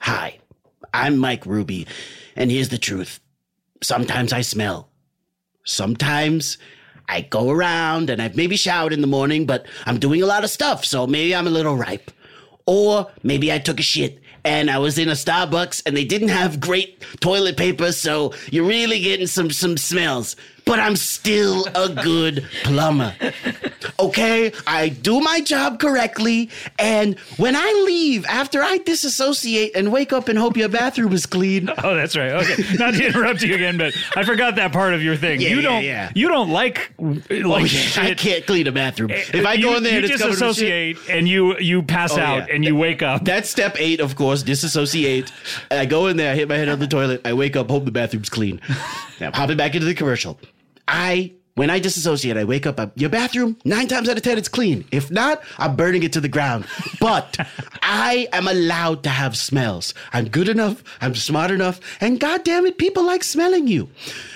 E: Hi, I'm Mike Ruby, and here's the truth. Sometimes I smell. Sometimes I go around and I've maybe showered in the morning, but I'm doing a lot of stuff, so maybe I'm a little ripe. Or maybe I took a shit and I was in a Starbucks and they didn't have great toilet paper, so you're really getting some some smells. but I'm still a good plumber. Okay? I do my job correctly. And when I leave, after I disassociate and wake up and hope your bathroom is clean,
B: Oh, that's right. Okay, not to interrupt you again, but I forgot that part of your thing.
E: Yeah,
B: you
E: yeah,
B: don't.
E: yeah.
B: You don't like like
E: oh, yeah, I
B: shit. Eh,
E: can't clean a bathroom. If I go
B: You-
E: in there
B: you
E: and it's covered with shit,
B: disassociate and you you pass
E: Oh,
B: out
E: yeah.
B: and you wake up.
E: That's step eight, of course, disassociate. I go in there, I hit my head on the toilet, I wake up, hope the bathroom's clean. Now I'm hopping back into the commercial. I when I disassociate, I wake up. I, your bathroom, nine times out of ten, it's clean. If not, I'm burning it to the ground. But I am allowed to have smells. I'm good enough. I'm smart enough. And God damn it, people like smelling you.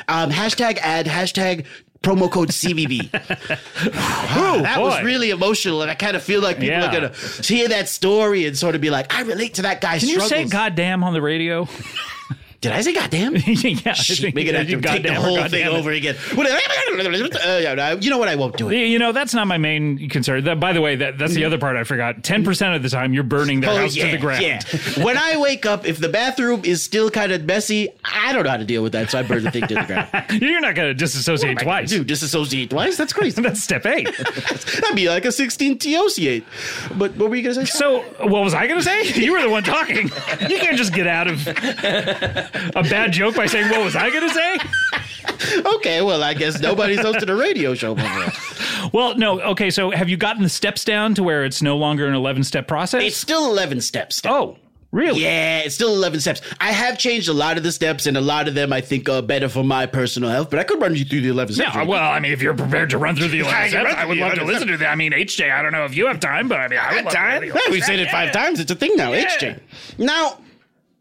E: Um, hashtag ad. Hashtag promo code CBB. Wow, that was
B: boy.
E: really emotional, and I kind of feel like people
B: Yeah.
E: are gonna hear that story and sort of be like, I relate to that guy's
B: Can you
E: struggles.
B: say "goddamn" on the radio?
E: Did I say goddamn?
B: yeah, I
E: Shit,
B: think
E: make it
B: you
E: have to
B: goddamn
E: take the
B: or
E: whole
B: goddamn
E: thing
B: it.
E: over again. Uh, yeah, no, you know what? I won't do it. Mm-hmm.
B: You know that's not my main concern. That, by the way, that, that's the other part I forgot. Ten percent of the time, you're burning their
E: Oh,
B: house to the ground.
E: yeah. when I wake up, if the bathroom is still kind of messy, I don't know how to deal with that, so I burn the thing to the ground.
B: You're not going to disassociate twice.
E: Dude, disassociate twice? That's crazy.
B: That's step eight.
E: That'd be like a 16 teosiate. But what were you going to say?
B: So, what was I going to say? You were the one talking. You can't just get out of a bad joke by saying, What was I going to say?
E: okay, well, I guess nobody's hosted a radio show before.
B: Well, no. Okay. So, have you gotten the steps down to where it's no longer an 11 step process?
E: It's still 11 steps. Steph.
B: oh, really?
E: Yeah, it's still 11 steps. I have changed a lot of the steps, and a lot of them I think are better for my personal health, but I could run you through the 11 steps.
B: Yeah, well, I mean, if you're prepared to run through the 11
E: can
B: steps,
E: run
B: I would
E: through the
B: love to
E: 11
B: listen to that. I mean, HJ, I don't know if you have time, but I mean, I would love time.
E: Yeah, we've said it five times. It's a thing now. HJ. Now,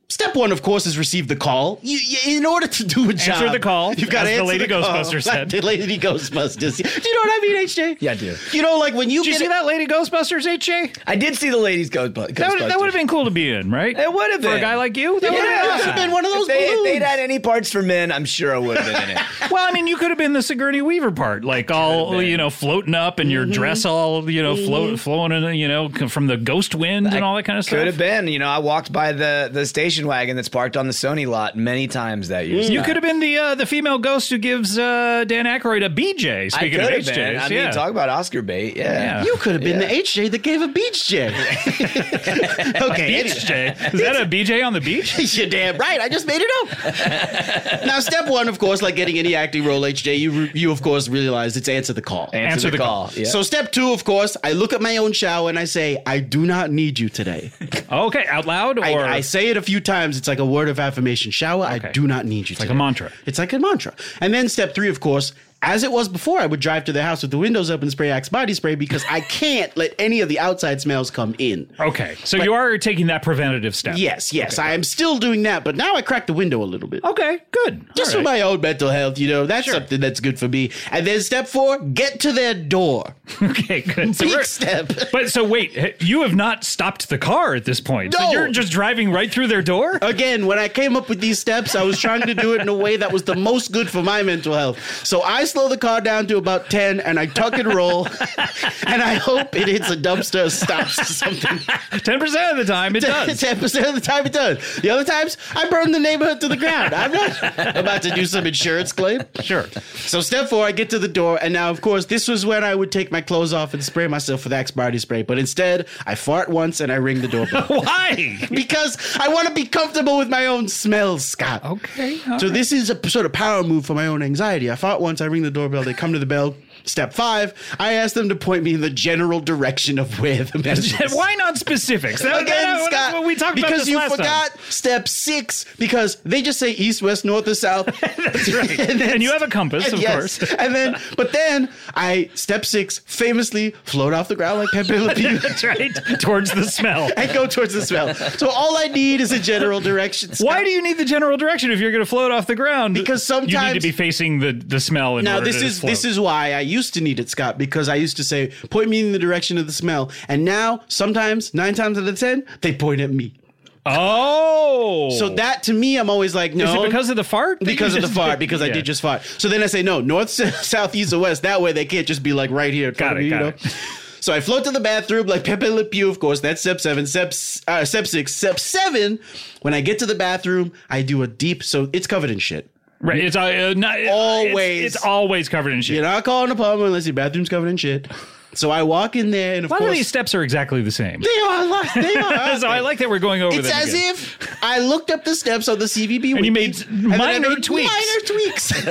E: step one, of course, is receive the call. You, you, in order to do a job,
B: the call,
E: You've got
B: as the
E: to answer
B: Lady
E: the call,
B: Ghostbusters
E: like
B: said.
E: The lady Ghostbusters. do you know what I mean, HJ?
C: Yeah, I do.
E: You know, like when you
B: Did you
E: get
B: see
E: a-
B: that Lady Ghostbusters, HJ?
C: I did see the ladies go.
B: That would, that would have been cool to be in, right?
C: It would have been
B: For a guy like you? That would
E: Yeah, it
B: have
E: would
B: been
E: have
B: awesome.
E: been one of those
C: If, they, if
E: balloons.
C: they'd had any parts for men, I'm sure I would have been in it.
B: Well, I mean, you could have been the Sigourney Weaver part, like all you know, floating up and
E: Mm-hmm.
B: your dress all you know, float, flowing in, you know, c- from the ghost wind and all that kind of stuff.
C: Could have been. You know, I walked by the the station wagon that's parked on the Sony lot many times that year.
B: You could have been the uh, the female ghost who gives uh, Dan Aykroyd a BJ.
C: I
B: Speaking
C: could
B: of
C: have
B: HJs,
C: been. I mean,
B: yeah.
C: talk about Oscar bait. Yeah.
B: Yeah.
E: You could have been the HJ that gave a beach J. okay, anyway.
B: BJ. Is that a BJ on the beach?
E: You're damn right. I just made it up. now, step one, of course, like getting any acting role, HJ, you you of course realize it's answer the call.
B: Answer the call.
C: Yeah.
E: So, step two, of course, I look at my own shower and I say, I do not need you today.
B: Okay, out loud or
E: I, I say it a few times. It's like a word of affirmation. Shower, I do not need you. It's
B: like a mantra.
E: It's like a mantra. And then step three, of course, as it was before, I would drive to the house with the windows up and spray Axe body spray because I can't let any of the outside smells come in.
B: okay. So you are taking that preventative step.
E: Yes, yes, I am still doing that, but now I crack the window a little bit.
B: Okay. Good.
E: Just
B: All
E: for
B: right.
E: my own mental health, you know, that's something that's good for me. And then step four, get to their door.
B: okay. Good. So
E: Big
B: we're-
E: step.
B: But so wait, you have not stopped the car at this point. So
E: No.
B: you're just driving right through their door.
E: Again, when I came up with these steps, I was trying to do it in a way that was the most good for my mental health. So I slow the car down to about 10 and I tuck and roll. and I hope it hits a dumpster or stops or something.
B: Ten percent of the time, it does.
E: 10% of the time it does. The other times, I burn the neighborhood to the ground. I'm not about to do some insurance claim.
B: Sure.
E: So step four, I get to the door, and now, of course, this was when I would take my clothes off and spray myself with Axe body spray. But instead, I fart once and I ring the doorbell
B: Why?
E: because I want to be comfortable with my own smells, Scott.
B: Okay.
E: So this is a p- sort of power move for my own anxiety. I fart once, I ring the doorbell, they come to the bell. Step five, I ask them to point me in the general direction of where the message is.
B: Why not specifics? That,
E: Again,
B: that- that's
E: Scott,
B: what we talked
E: because
B: about this
E: you
B: last
E: forgot step six because they just say east, west, north, or south. That's
B: right. And you have a compass, of course.
E: And then, but then I step six famously float off the ground like Pepe Le Pew.
B: time. That's right. Towards the smell.
E: and go towards the smell. So all I need is a general direction. Scott.
B: Why do you need the general direction if you're going to float off the ground?
E: Because
B: you need to
E: sometimes-
B: be facing the the smell. In
E: Now
B: order
E: this
B: to
E: is
B: float.
E: this is why I used to need it, Scott, because I used to say, point me in the direction of the smell. And now sometimes, nine times out of ten, they point at me.
B: oh.
E: So that to me, I'm always like, no.
B: is it because of the fart? that
E: because
B: you
E: of the
B: just
E: fart,
B: did?
E: because I
B: Yeah.
E: did just fart. So then I say no, north, south, east, or west. That way they can't just be like right here. in front
B: Got
E: of
B: it,
E: me, you
B: got
E: know?
B: it.
E: So I float to the bathroom like Pepe Le Pew, of course. That's step seven, step, s- uh, step six, step seven. When I get to the bathroom, I do a deep, so it's covered in shit.
B: Right. It's uh, uh, not, it's-
E: Always.
B: It's, always covered in shit.
E: You're not calling a plumber unless your bathroom's covered in shit. So I walk in there, and of
B: a lot
E: course
B: of these steps are exactly the same.
E: they are. li- They are.
B: so I like that we're going over
E: It's
B: them
E: as
B: again.
E: if I looked up the steps on the CVB,
B: And you
E: wiki,
B: made
E: and then I
B: minor
E: made
B: tweaks.
E: Minor tweaks.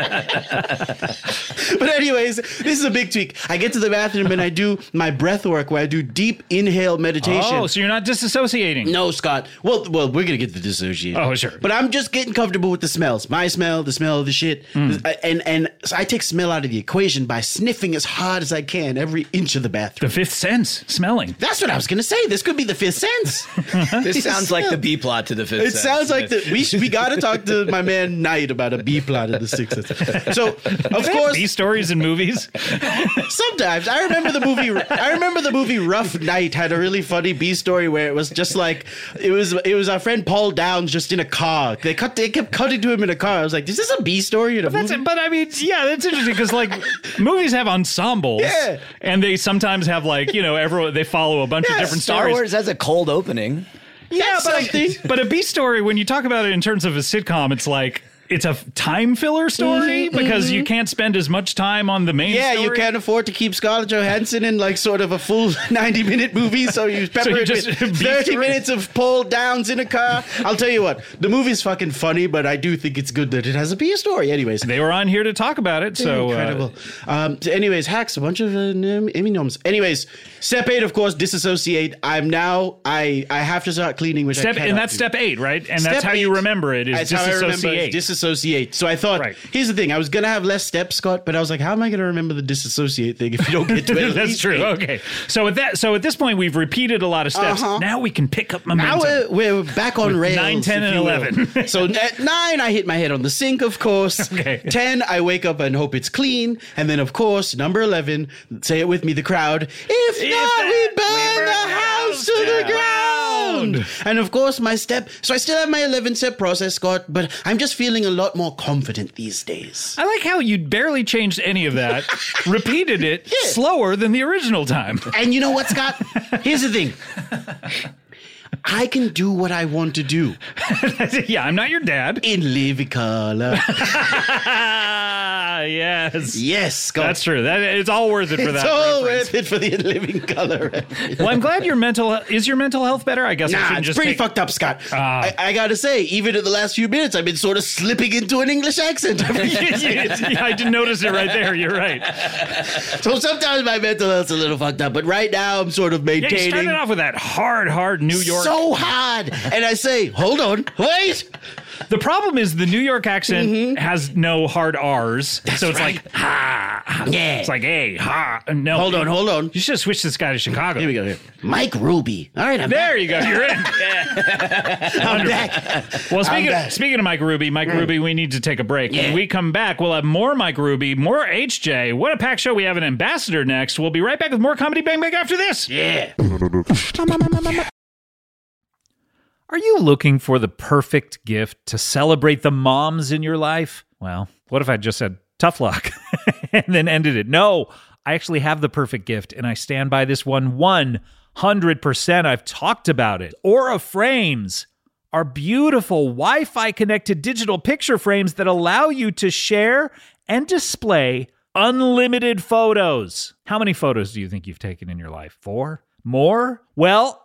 E: but anyways, this is a big tweak. I get to the bathroom and I do my breath work where I do deep inhale meditation.
B: Oh, so you're not disassociating.
E: No, Scott. Well, well, we're gonna get to dissociation.
B: Oh, sure.
E: But I'm just getting comfortable with the smells. My smell, the smell of the shit,
B: Hmm.
E: I- and and so I take smell out of the equation by sniffing as hard as I can every inch of the bathroom.
B: The fifth sense, smelling.
E: That's what I was gonna say. This could be the fifth sense.
C: This sounds like the B plot to the fifth.
E: It
C: Sense.
E: sounds like the, we we gotta talk to my man Knight about a B plot in the sixth sense. So of course,
B: B stories and movies.
E: Sometimes I remember the movie. I remember the movie Rough Night had a really funny B story where it was just like it was. It was our friend Paul Downs just in a car. They cut. They kept cutting to him in a car. I was like, is this a B story in a
B: That's
E: movie?
B: it. But I mean, yeah, that's interesting because like movies have ensembles,
E: Yeah.
B: and they sometimes have like you know everyone they follow a bunch of
E: Yeah,
B: different
C: Star
B: stories.
C: Wars has a cold opening.
E: yeah,
B: but,
E: something.
B: I, but a B story when you talk about it in terms of a sitcom, it's like. It's a time filler story because you can't spend as much time on the main
E: Mm-hmm, yeah,
B: story.
E: you can't afford to keep Scarlett Johansson in like sort of a full ninety-minute movie, so you pepper
B: you
E: it
B: just
E: with
B: B
E: thirty
B: story.
E: minutes of Paul Downs in a car. I'll tell you what, the movie's fucking funny, but I do think it's good that it has a B story. Anyways,
B: They were on here to talk about it, so uh,
E: incredible. um, so anyways, hacks a bunch of uh, nom- Emmy noms. Anyways, step eight, of course, disassociate. I'm now I I have to start cleaning, which
B: step and
E: I cannot
B: that's
E: do.
B: step eight, right? And that's
E: Step
B: how you
E: eight,
B: remember it is
E: that's how I remember it,
B: disassociate.
E: disassociate. So I thought,
B: Right.
E: here's the thing: I was gonna have less steps, Scott, but I was like, how am I gonna remember the disassociate thing if you don't get to it? at
B: That's
E: least
B: true.
E: eight?
B: Okay. So at that, so at this point, we've repeated a lot of steps. Now we can pick up
E: Uh-huh. Now
B: Uh-huh. momentum.
E: we're, we're back on rails.
B: nine, 10,
E: if
B: and
E: you will.
B: 11.
E: so at nine, I hit my head on the sink, of course.
B: Okay.
E: Ten, I wake up and hope it's clean. And then, of course, number 11, say it with me, the crowd. If, not,
B: that-
E: we
B: we
E: burn,
B: burn
E: the
B: the house
E: house to the
B: down."
E: ground. And of course, my step. So I still have my 11 step process, Scott, but I'm just feeling a lot more confident these days.
B: I like how you barely changed any of that, repeated it slower than the original time.
E: And you know what, Scott? Here's the thing. I can do what I want to do
B: yeah, I'm not your dad.
E: in living color.
B: Ah, yes.
E: Yes, Scott.
B: That's true. That it's all worth it for
E: It's
B: that.
E: all
B: reference.
E: worth it for the living color.
B: Well, I'm glad your mental is your mental health better. I guess I
E: nah,
B: shouldn't just
E: it's pretty
B: take- Ah.
E: fucked up, Scott. I, I gotta say, even in the last few minutes, I've been sort of slipping into an English accent. every minute.
B: yeah, I didn't notice it right there. You're right.
E: so sometimes my mental health's a little fucked up, but right now I'm sort of
B: Yeah, you
E: maintaining
B: started off with that hard, hard New York.
E: so hard. And I say, hold on, wait. Mm-hmm.
B: the problem is the New York accent has no hard R's, so it's like
E: Yeah.
B: It's like, hey, ha, no.
E: Hold on, hold on.
B: You should have switched this guy to Chicago.
E: Here we go. Here. Mike Ruby. All right, I'm
B: There you go. You're in.
E: back. I'm back.
B: Well, speaking
E: back. Mm.
B: of, speaking of Mike Ruby, Mike Ruby, we need to take a break. When
E: Yeah.
B: we come back, we'll have more Mike Ruby, more HJ. What a packed show. We have an ambassador next. We'll be right back with more Comedy Bang Bang after this.
E: Yeah.
D: Are you looking for the perfect gift to celebrate the moms in your life? Well, what if I just said tough luck and then ended it? No, I actually have the perfect gift and I stand by this one 100%. I've talked about it. Aura Frames are beautiful Wi Fi connected digital picture frames that allow you to share and display unlimited photos. How many photos do you think you've taken in your life? Four? More? Well,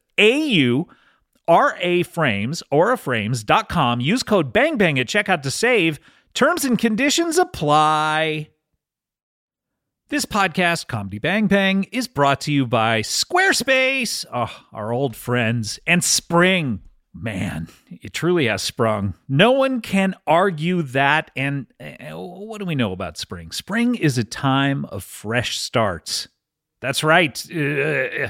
D: AU. RA Frames, auraframes.com. Use code BANGBANG at checkout to save. Terms and conditions apply. This podcast, Comedy Bang Bang, is brought to you by Squarespace, oh, our old friends, and Spring. Man, it truly has sprung. No one can argue that. And uh, what do we know about spring? Spring is a time of fresh starts. That's right. Uh,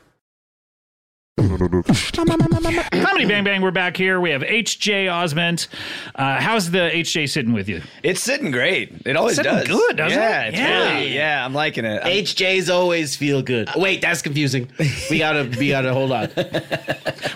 B: Comedy Bang Bang, we're back here. We have HJ Osment. Uh, how's the HJ sitting with you?
C: It's sitting great. It always
B: Sitting
C: does.
B: good, doesn't
C: yeah,
B: it?
C: It's
B: Yeah.
C: really, yeah, I'm liking it. I'm-
E: HJs always feel good. Wait, that's confusing. We gotta, we gotta hold on.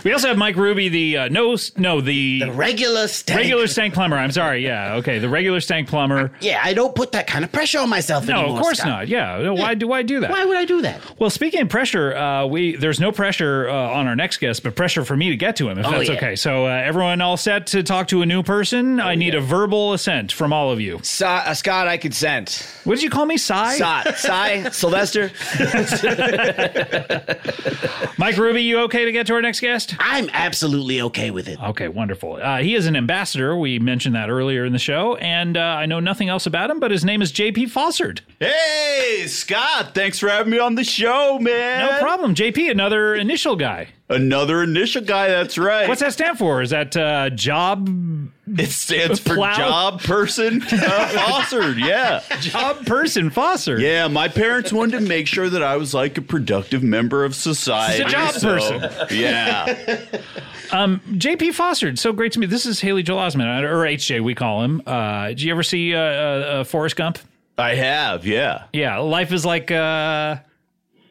B: We also have Mike Ruby, the uh, no, no, the,
E: The regular stank.
B: regular stank plumber. I'm sorry. Yeah. Okay. The regular stank plumber.
E: Yeah, I don't put that kind of pressure on myself
B: No,
E: anymore.
B: of course
E: Scott.
B: not. Yeah. No, Why do I do that?
E: Why would I do that?
B: Well, speaking of pressure, uh, we there's no pressure uh, on our next guest, but pressure for me to get to him if
E: Oh,
B: that's
E: yeah. Oh,
B: okay. So uh, everyone all set to talk to a new person? I need a verbal assent from all of you.
C: So- uh, Scott, I consent.
B: What did you call me, Sai?
C: Scott, Cy, Sylvester.
B: Mike Ruby, you okay to get to our next guest?
E: I'm absolutely okay with it.
B: Okay, wonderful. Uh, he is an ambassador. We mentioned that earlier in the show, and uh, I know nothing else about him, but his name is JP Fossard.
F: Hey, Scott, thanks for having me on the show, man.
B: No problem. JP, another initial guy.
F: Another initial guy, that's right.
B: What's that stand for? Is that uh, job
F: It stands for
B: Plow?
F: job person uh, fostered, yeah.
B: job person Fossard?
F: Yeah, my parents wanted to make sure that I was like a productive member of society.
B: He's a job
F: so-
B: person.
F: Yeah.
B: Um, JP Fossard, so great to meet. This is Haley Joel Osment, or HJ, we call him. Uh, did you ever see uh, uh, uh, Forrest Gump?
F: I have, yeah.
B: Yeah, life is like. Uh,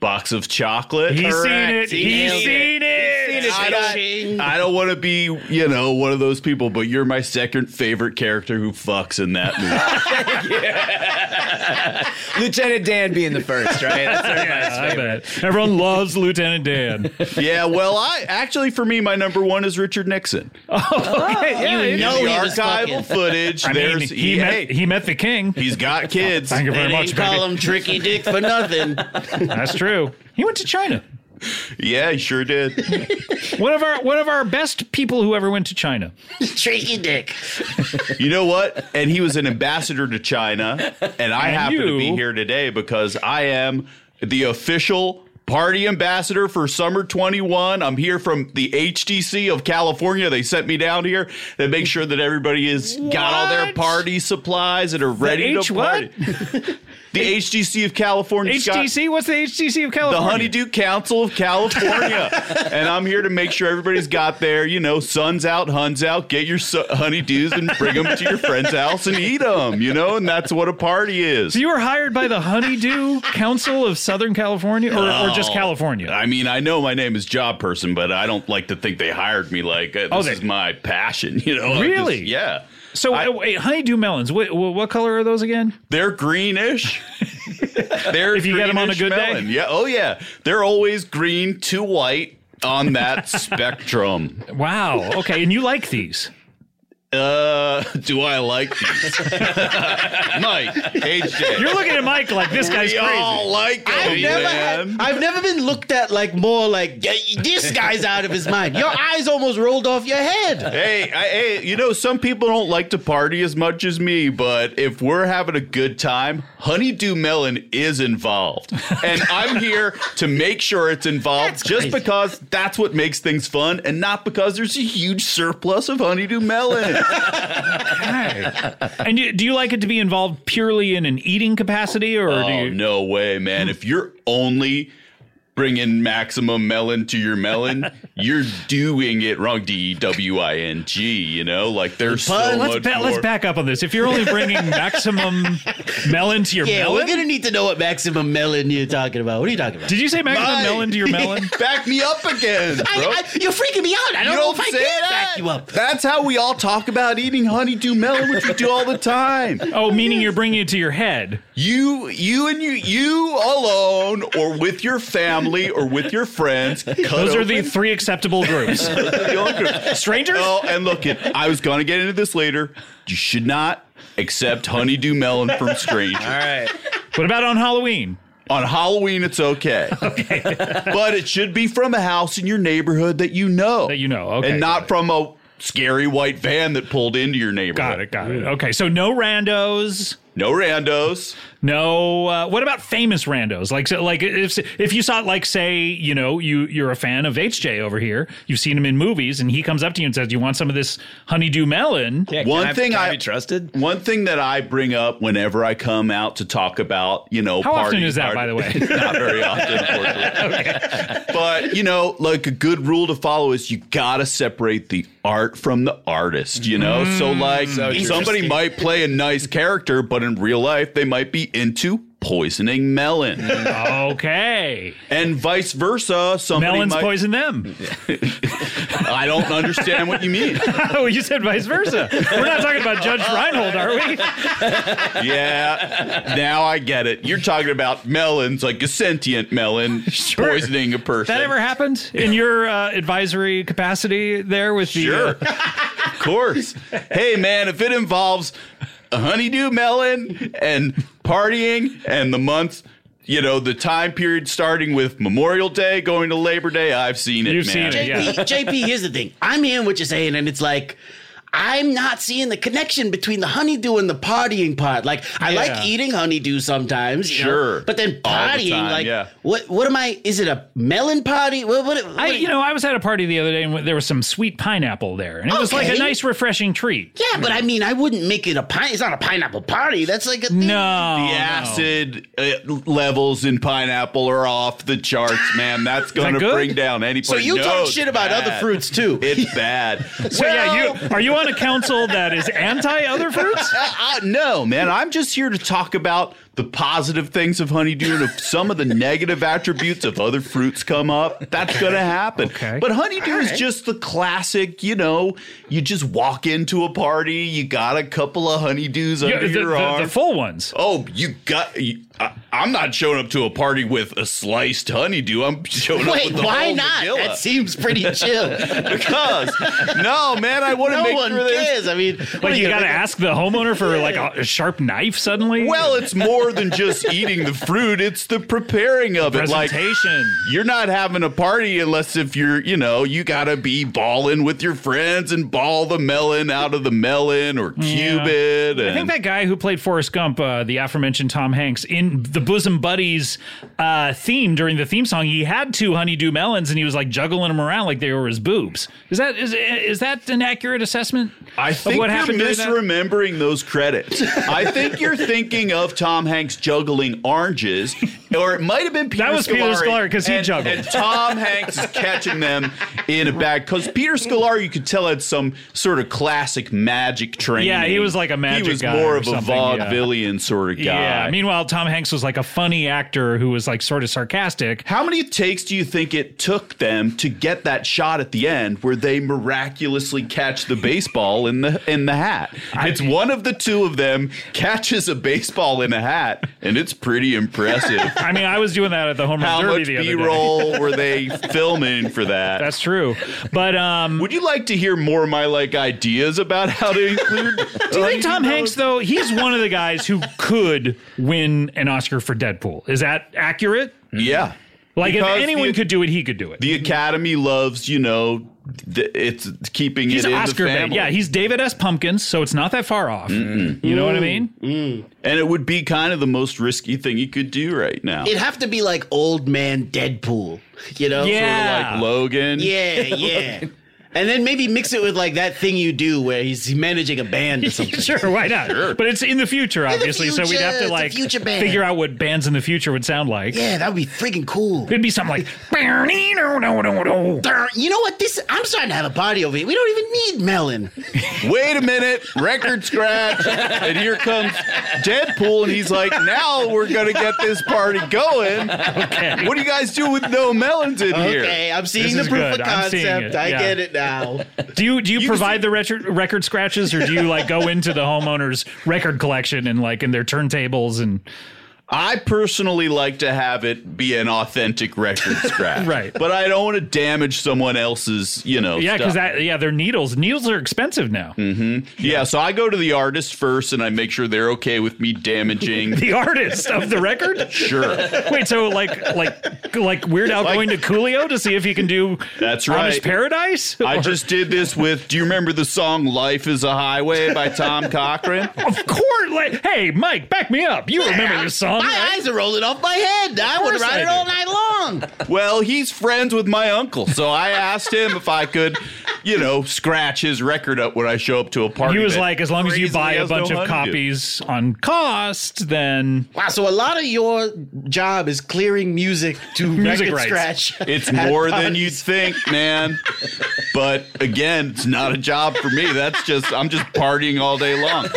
F: Box of chocolate.
B: he's seen it.
E: He
B: He's
E: nailed
B: seen it.
F: I don't, I don't want to be, you know, one of those people, but you're my second favorite character who fucks in that movie.
C: Lieutenant Dan being the first, right? That's everybody's
B: I
C: favorite.
B: bet everyone loves Lieutenant Dan.
F: yeah, well, I actually for me, my number one is Richard Nixon.
B: Oh,
C: Oh,
B: yeah,
E: You know
F: the
E: Oh, he was fucking.
F: archival footage.
B: I mean,
F: there's
B: he
F: hey,
B: met he met the king.
F: he's got kids.
B: Thank you
E: They
B: very
E: didn't
B: much,
E: call
B: baby.
E: him Tricky Dick for nothing.
B: That's true. He went to China.
F: Yeah, he sure did.
B: One of our one of our best people who ever went to China.
E: Tricky Dick.
F: you know what? And he was an ambassador to China. And I
B: And
F: happen to be
B: you-
F: here today because I am the official party ambassador for summer 21 i'm here from the htc of california they sent me down here to make sure that everybody has got all their
B: What?
F: party supplies and are ready
B: H
F: to
B: what?
F: party the htc of california Scott.
B: HTC. What's the HTC of
F: the
B: California?
F: Honeydew Council of California. and I'm here to make sure everybody's got their, you know, suns out, huns out, get your su- honeydews and bring them to your friend's house and eat them, you know? And that's what a party is.
B: So you were hired by the Honeydew Council of Southern California, or, or just California?
F: I mean, I know my name is job person, but I don't like to think they hired me like uh, this
B: Oh, they-
F: is my passion, you know? I'm just-
B: Really?
F: yeah.
B: So
F: I-
B: uh, wait, honeydew melons. What, what color are those again?
F: They're greenish. They're
B: If you get 'em on a
F: greenish
B: good day.
F: melon. Yeah. Oh yeah. They're always green to white on that spectrum.
B: Wow. Okay, and you like these?
F: Uh, do I like these? Mike, AJ.
B: You're looking at Mike like this guy's
F: we all
B: crazy.
F: like them,
E: I've never,
F: man.
E: had, I've never been looked at like more like "Yeah, this guy's out of his mind. Your eyes almost rolled off your head.
F: hey, I, hey, you know, some people don't like to party as much as me, but if we're having a good time, Honeydew Melon is involved. And I'm here to make sure it's involved just because that's what makes things fun and not because there's a huge surplus of Honeydew Melon.
B: And you, do you like it to be involved purely in an eating capacity, or do
F: oh,
B: you?
F: no way, man. If you're only bringing maximum melon to your melon, you're doing it wrong. D E W I N G, you know? Like there's so
B: let's
F: much
B: ba- let's
F: more-
B: back up on this. If you're only bringing maximum melon to your
E: Yeah,
B: melon,
E: we're gonna need to know what maximum melon you're talking about. What are you talking about?
B: did you say maximum
F: Mike.
B: melon to your melon?
F: Back me up again, bro.
E: I, I, you're freaking me out. I don't
F: You
E: know
F: don't
E: if I
F: say
E: can
F: that.
E: back you up.
F: That's how we all talk about eating honeydew melon, which we do all the time.
B: Oh, meaning you're bringing it to your head.
F: You, you, and you, you alone, or with your family, or with your friends.
B: Those are the three acceptable groups. Strangers?
F: Oh, and look, it, I was going to get into this later. You should not accept honeydew melon from strangers.
B: What about on Halloween?
F: On Halloween, it's okay. Okay. but it should be from a house in your neighborhood that you know.
B: That you know, okay,
F: And
B: got
F: not
B: it.
F: from a scary white van that pulled into your neighborhood.
B: Got it, got it. Okay, so no randos.
F: No randos.
B: No. Uh, what about famous randos? Like, so, like if if you saw like say you know you you're a fan of HJ over here, you've seen him in movies, and he comes up to you and says, "You want some of this honeydew melon?"
G: Yeah,
F: One
G: can I,
F: thing
G: can
F: I-
G: be trusted.
F: One thing that I bring up whenever I come out to talk about, you know,
B: How
F: party,
B: often is that,
F: party-
B: by the way?
F: Not very often, unfortunately. But you know, like a good rule to follow is you gotta separate the art from the artist. You know, so like somebody might play a nice character, but in real life they might be into poisoning melon,
B: okay,
F: and vice versa. Somebody
B: melons
F: might.
B: poison them.
F: I don't understand what you mean.
B: oh, you said vice versa. We're not talking about Judge Reinhold, are we?
F: yeah, now I get it. You're talking about melons, like a sentient melon poisoning a person.
B: That ever happened in your uh, advisory capacity there with
F: Sure.
B: the?
F: of course. Hey, man, if it involves a honeydew melon and partying and the month, you know, the time period starting with Memorial Day going to Labor Day, I've seen it,
B: You've
F: man.
B: seen it. Yeah.
E: JP, JP, here's the thing. I'm hearing what you're saying, and it's like, I'm not seeing the connection between the honeydew and the partying part. Like, I like eating honeydew sometimes, you know,
F: Sure.
E: but then
F: All the
E: partying,
F: time,
E: like,
F: yeah.
E: what? What am I? Is it a melon party? What? What? what
B: I, you know, I was at a party the other day and there was some sweet pineapple there, and it was like a
E: Okay.
B: nice, refreshing treat.
E: yeah, but I mean, I wouldn't make it a pine. It's not a pineapple party. That's like a thing.
B: Oh, No,
F: The
B: no.
F: acid uh, levels in pineapple are off the charts, man. That's going to
B: good?
F: bring down anybody.
E: So you
F: No,
E: talk
F: it's
E: shit about other
F: bad.
E: fruits too.
F: It's bad.
B: So yeah, you are you on a council that is anti other fruits?
F: I, I, Uh, no, man. I'm just here to talk about the positive things of honeydew, and if some of the negative attributes of other fruits come up, that's going to happen.
B: Okay.
F: But honeydew is just the classic. You know, you just walk into a party, you got a couple of honeydews
B: Yeah,
F: under
B: the,
F: your
B: the-
F: arm.
B: the full ones.
F: Oh, you got. You, I, I'm not showing up to a party with a sliced honeydew. I'm showing up
E: Wait,
F: with the
E: why
F: whole
E: not?
F: vanilla.
E: That seems pretty chill. no
F: because no, man. I want to make
E: one
F: sure there's
E: cares. I mean, what are
B: Like you
E: gonna
B: got to
E: make a-
B: ask the homeowner for like a, a sharp knife suddenly.
F: Well, it's more than just eating the fruit, it's the preparing of it. Like
B: presentation.
F: you're not having a party unless if you're, you know, you got to be balling with your friends and ball the melon out of the melon or cubit
B: I think
F: and
B: that guy who played Forrest Gump, uh, the aforementioned Tom Hanks, in the Bosom Buddies uh, theme during the theme song, he had two honeydew melons and he was like juggling them around like they were his boobs. Is that is is that an accurate assessment?
F: I
B: of
F: think
B: what
F: you're
B: happened during that?
F: misremembering those credits. I think you're thinking of Tom Hanks juggling oranges, or it might have been Peter
B: was Peter Scolari, 'cause he
F: and-
B: juggled.
F: And Tom Hanks is catching them in a bag because Peter Scolari, you could tell, had some sort of classic magic training.
B: Yeah, he was like a magic
F: He was
B: guy
F: more
B: or
F: of a
B: something, yeah.
F: vaudevillian sort of guy.
B: Yeah. Meanwhile, Tom Hanks was like a funny actor who was like sort of sarcastic.
F: How many takes do you think it took them to get that shot at the end where they miraculously catch the baseball in the in the hat? It's one of the two of them catches a baseball in a hat, and it's pretty impressive.
B: I mean, I was doing that at the Home
F: How
B: Run Derby
F: much
B: the other
F: B
B: day.
F: roll were they filming for that?
B: That's true. But um,
F: Would you like to hear more of my like ideas about how to include?
B: Do you think Tom Hanks, though, he's one of the guys who could win an Oscar for Deadpool? Is that accurate?
F: Yeah,
B: Like,
F: Because
B: if
F: the-
B: anyone could do it, he could do it.
F: the Academy loves you know th- it's keeping
B: he's
F: it in
B: Oscar
F: the
B: bait.
F: family. Mm.
B: Yeah, he's David S. Pumpkins, so it's not that far off. You
E: Mm.
B: know what I mean?
F: and it would be kind of the most risky thing he could do right now.
E: It'd have to be like old man Deadpool, you know?
F: like Logan.
E: Yeah, yeah. And then maybe mix it with like that thing you do where he's managing a band or something.
B: sure, why not? But it's in the future, obviously, so we'd
E: future,
B: have
E: it's
B: to
E: a
B: like
E: future band.
B: figure out what bands in the future would sound like.
E: Yeah, that would be freaking cool.
B: It'd be something like
E: Darn, You know what? This I'm starting to have a party over here. We don't even need melon.
F: Wait a minute, record scratch, and here comes Deadpool, and he's like, "Now we're gonna get this party going." What do you guys do with no melons in here?
E: Okay, I'm
B: This
E: seeing the
B: is
E: proof
B: good.
E: of
B: I'm seeing
E: concept.
B: it.
E: I
B: Yeah.
E: get it now.
B: Do you do you,
F: You
B: provide the record record scratches, or do you like go into the homeowner's record collection and like in their turntables and
F: I personally like to have it be an authentic record scratch,
B: Right.
F: But I don't want to damage someone else's, you know.
B: yeah, because
F: stuff.
B: that yeah, they're needles. Needles are expensive now.
F: Mm-hmm. yeah. So I go to the artist first, and I make sure they're okay with me damaging.
B: The artist of the record.
F: sure,
B: Wait, so like like like Weird Al
F: Like-
B: going to Coolio to see if he can do
F: That's
B: Amish
F: right.
B: Paradise?
F: I
B: Or-
F: just did this with. Do you remember the song "Life Is a Highway" by Tom Cochran?
B: of course. Like, hey, Mike, back me up. You remember this song?
E: My eyes are rolling off my head. I would
B: course I
E: ride it
B: do.
E: all night long.
F: Well, he's friends with my uncle, so I asked him if I could, you know, scratch his record up when I show up to a party.
B: He was
F: that
B: like, as long as you
F: crazily
B: buy a
F: has
B: bunch
F: no
B: of
F: honeydew.
B: copies on cost, then
E: Wow, so a lot of your job is clearing music to
B: Music
E: record
B: rights.
E: scratch.
F: It's
E: at
F: more than
E: parties.
F: you'd think, man. But again, it's not a job for me. That's just I'm just partying all day long.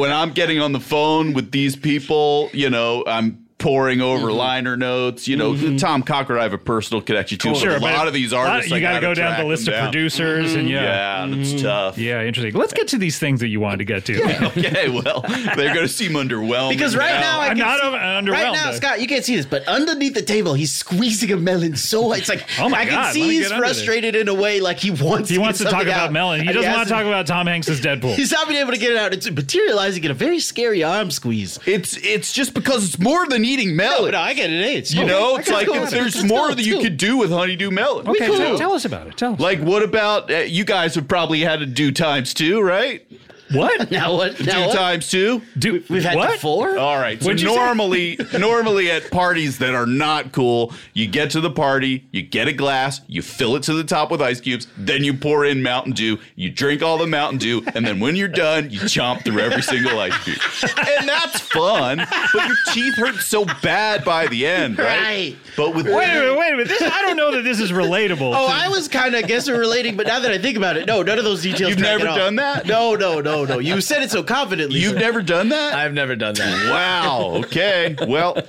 F: When I'm getting on the phone with these people, you know, I'm pouring over
B: Mm-hmm.
F: liner notes. You know, Tom Cocker, I have a personal connection to. but a
B: but
F: lot of these
B: a lot-
F: artists,
B: you
F: I
B: gotta
F: gotta
B: go down
F: track
B: the list
F: them
B: of
F: down. Mm-hmm.
B: producers, and yeah. Mm-hmm.
F: Yeah, and it's tough.
B: Yeah, interesting. Let's get to these things that you wanted to get to.
F: okay, well, they're going to seem underwhelmed.
E: Because right now I
B: I'm
E: can
B: not
E: see,
B: un- underwhelmed,
E: Right now,
B: though.
E: Scott, you can't see this, but underneath the table, he's squeezing a melon so hard. it's like
B: Oh my
E: I
B: God,
E: can
B: let
E: see
B: me
E: he's
B: get under there.
E: frustrated in a way like he wants.
B: He wants to
E: get
B: talk
E: something
B: about
E: out.
B: Melon. He
E: And
B: doesn't want to
E: hasn't-
B: talk about Tom Hanks' Deadpool.
E: He's not been able to get it out. It's materializing in a very scary arm squeeze.
F: it's it's just because it's more than eating melon.
E: I get it. It's
F: you know, it's like
E: go
F: if
E: with it.
F: there's
E: Let's
F: more
E: go,
F: that
E: let's
F: you
E: go.
F: could do with honeydew melon.
B: Okay,
E: cool.
B: tell, tell us about it. Tell us.
F: Like, what about uh, you guys have probably had to do times two, right?
B: what?
E: now what?
F: Two
E: Now what?
F: times two.
B: Do,
E: We've had
B: what?
E: the four.
F: All right. So
B: What'd you say?
F: normally, normally at parties that are not cool, you get to the party, you get a glass, you fill it to the top with ice cubes, then you pour in Mountain Dew, you drink all the Mountain Dew, and then when you're done, you chomp through every single ice cube, and that's fun. But your teeth hurt so bad by the end, right?
E: Right.
F: But with
B: Wait a minute, wait a minute. This, I don't know that this is relatable.
E: Oh, I was kind of guessing relating, but now that I think about it, no, none of those details.
F: You've
E: track
F: never
E: at all.
F: done that?
E: No, no, no, no. You said it so confidently.
F: you've never done that.
C: I've never done that.
F: Wow. Okay. Well,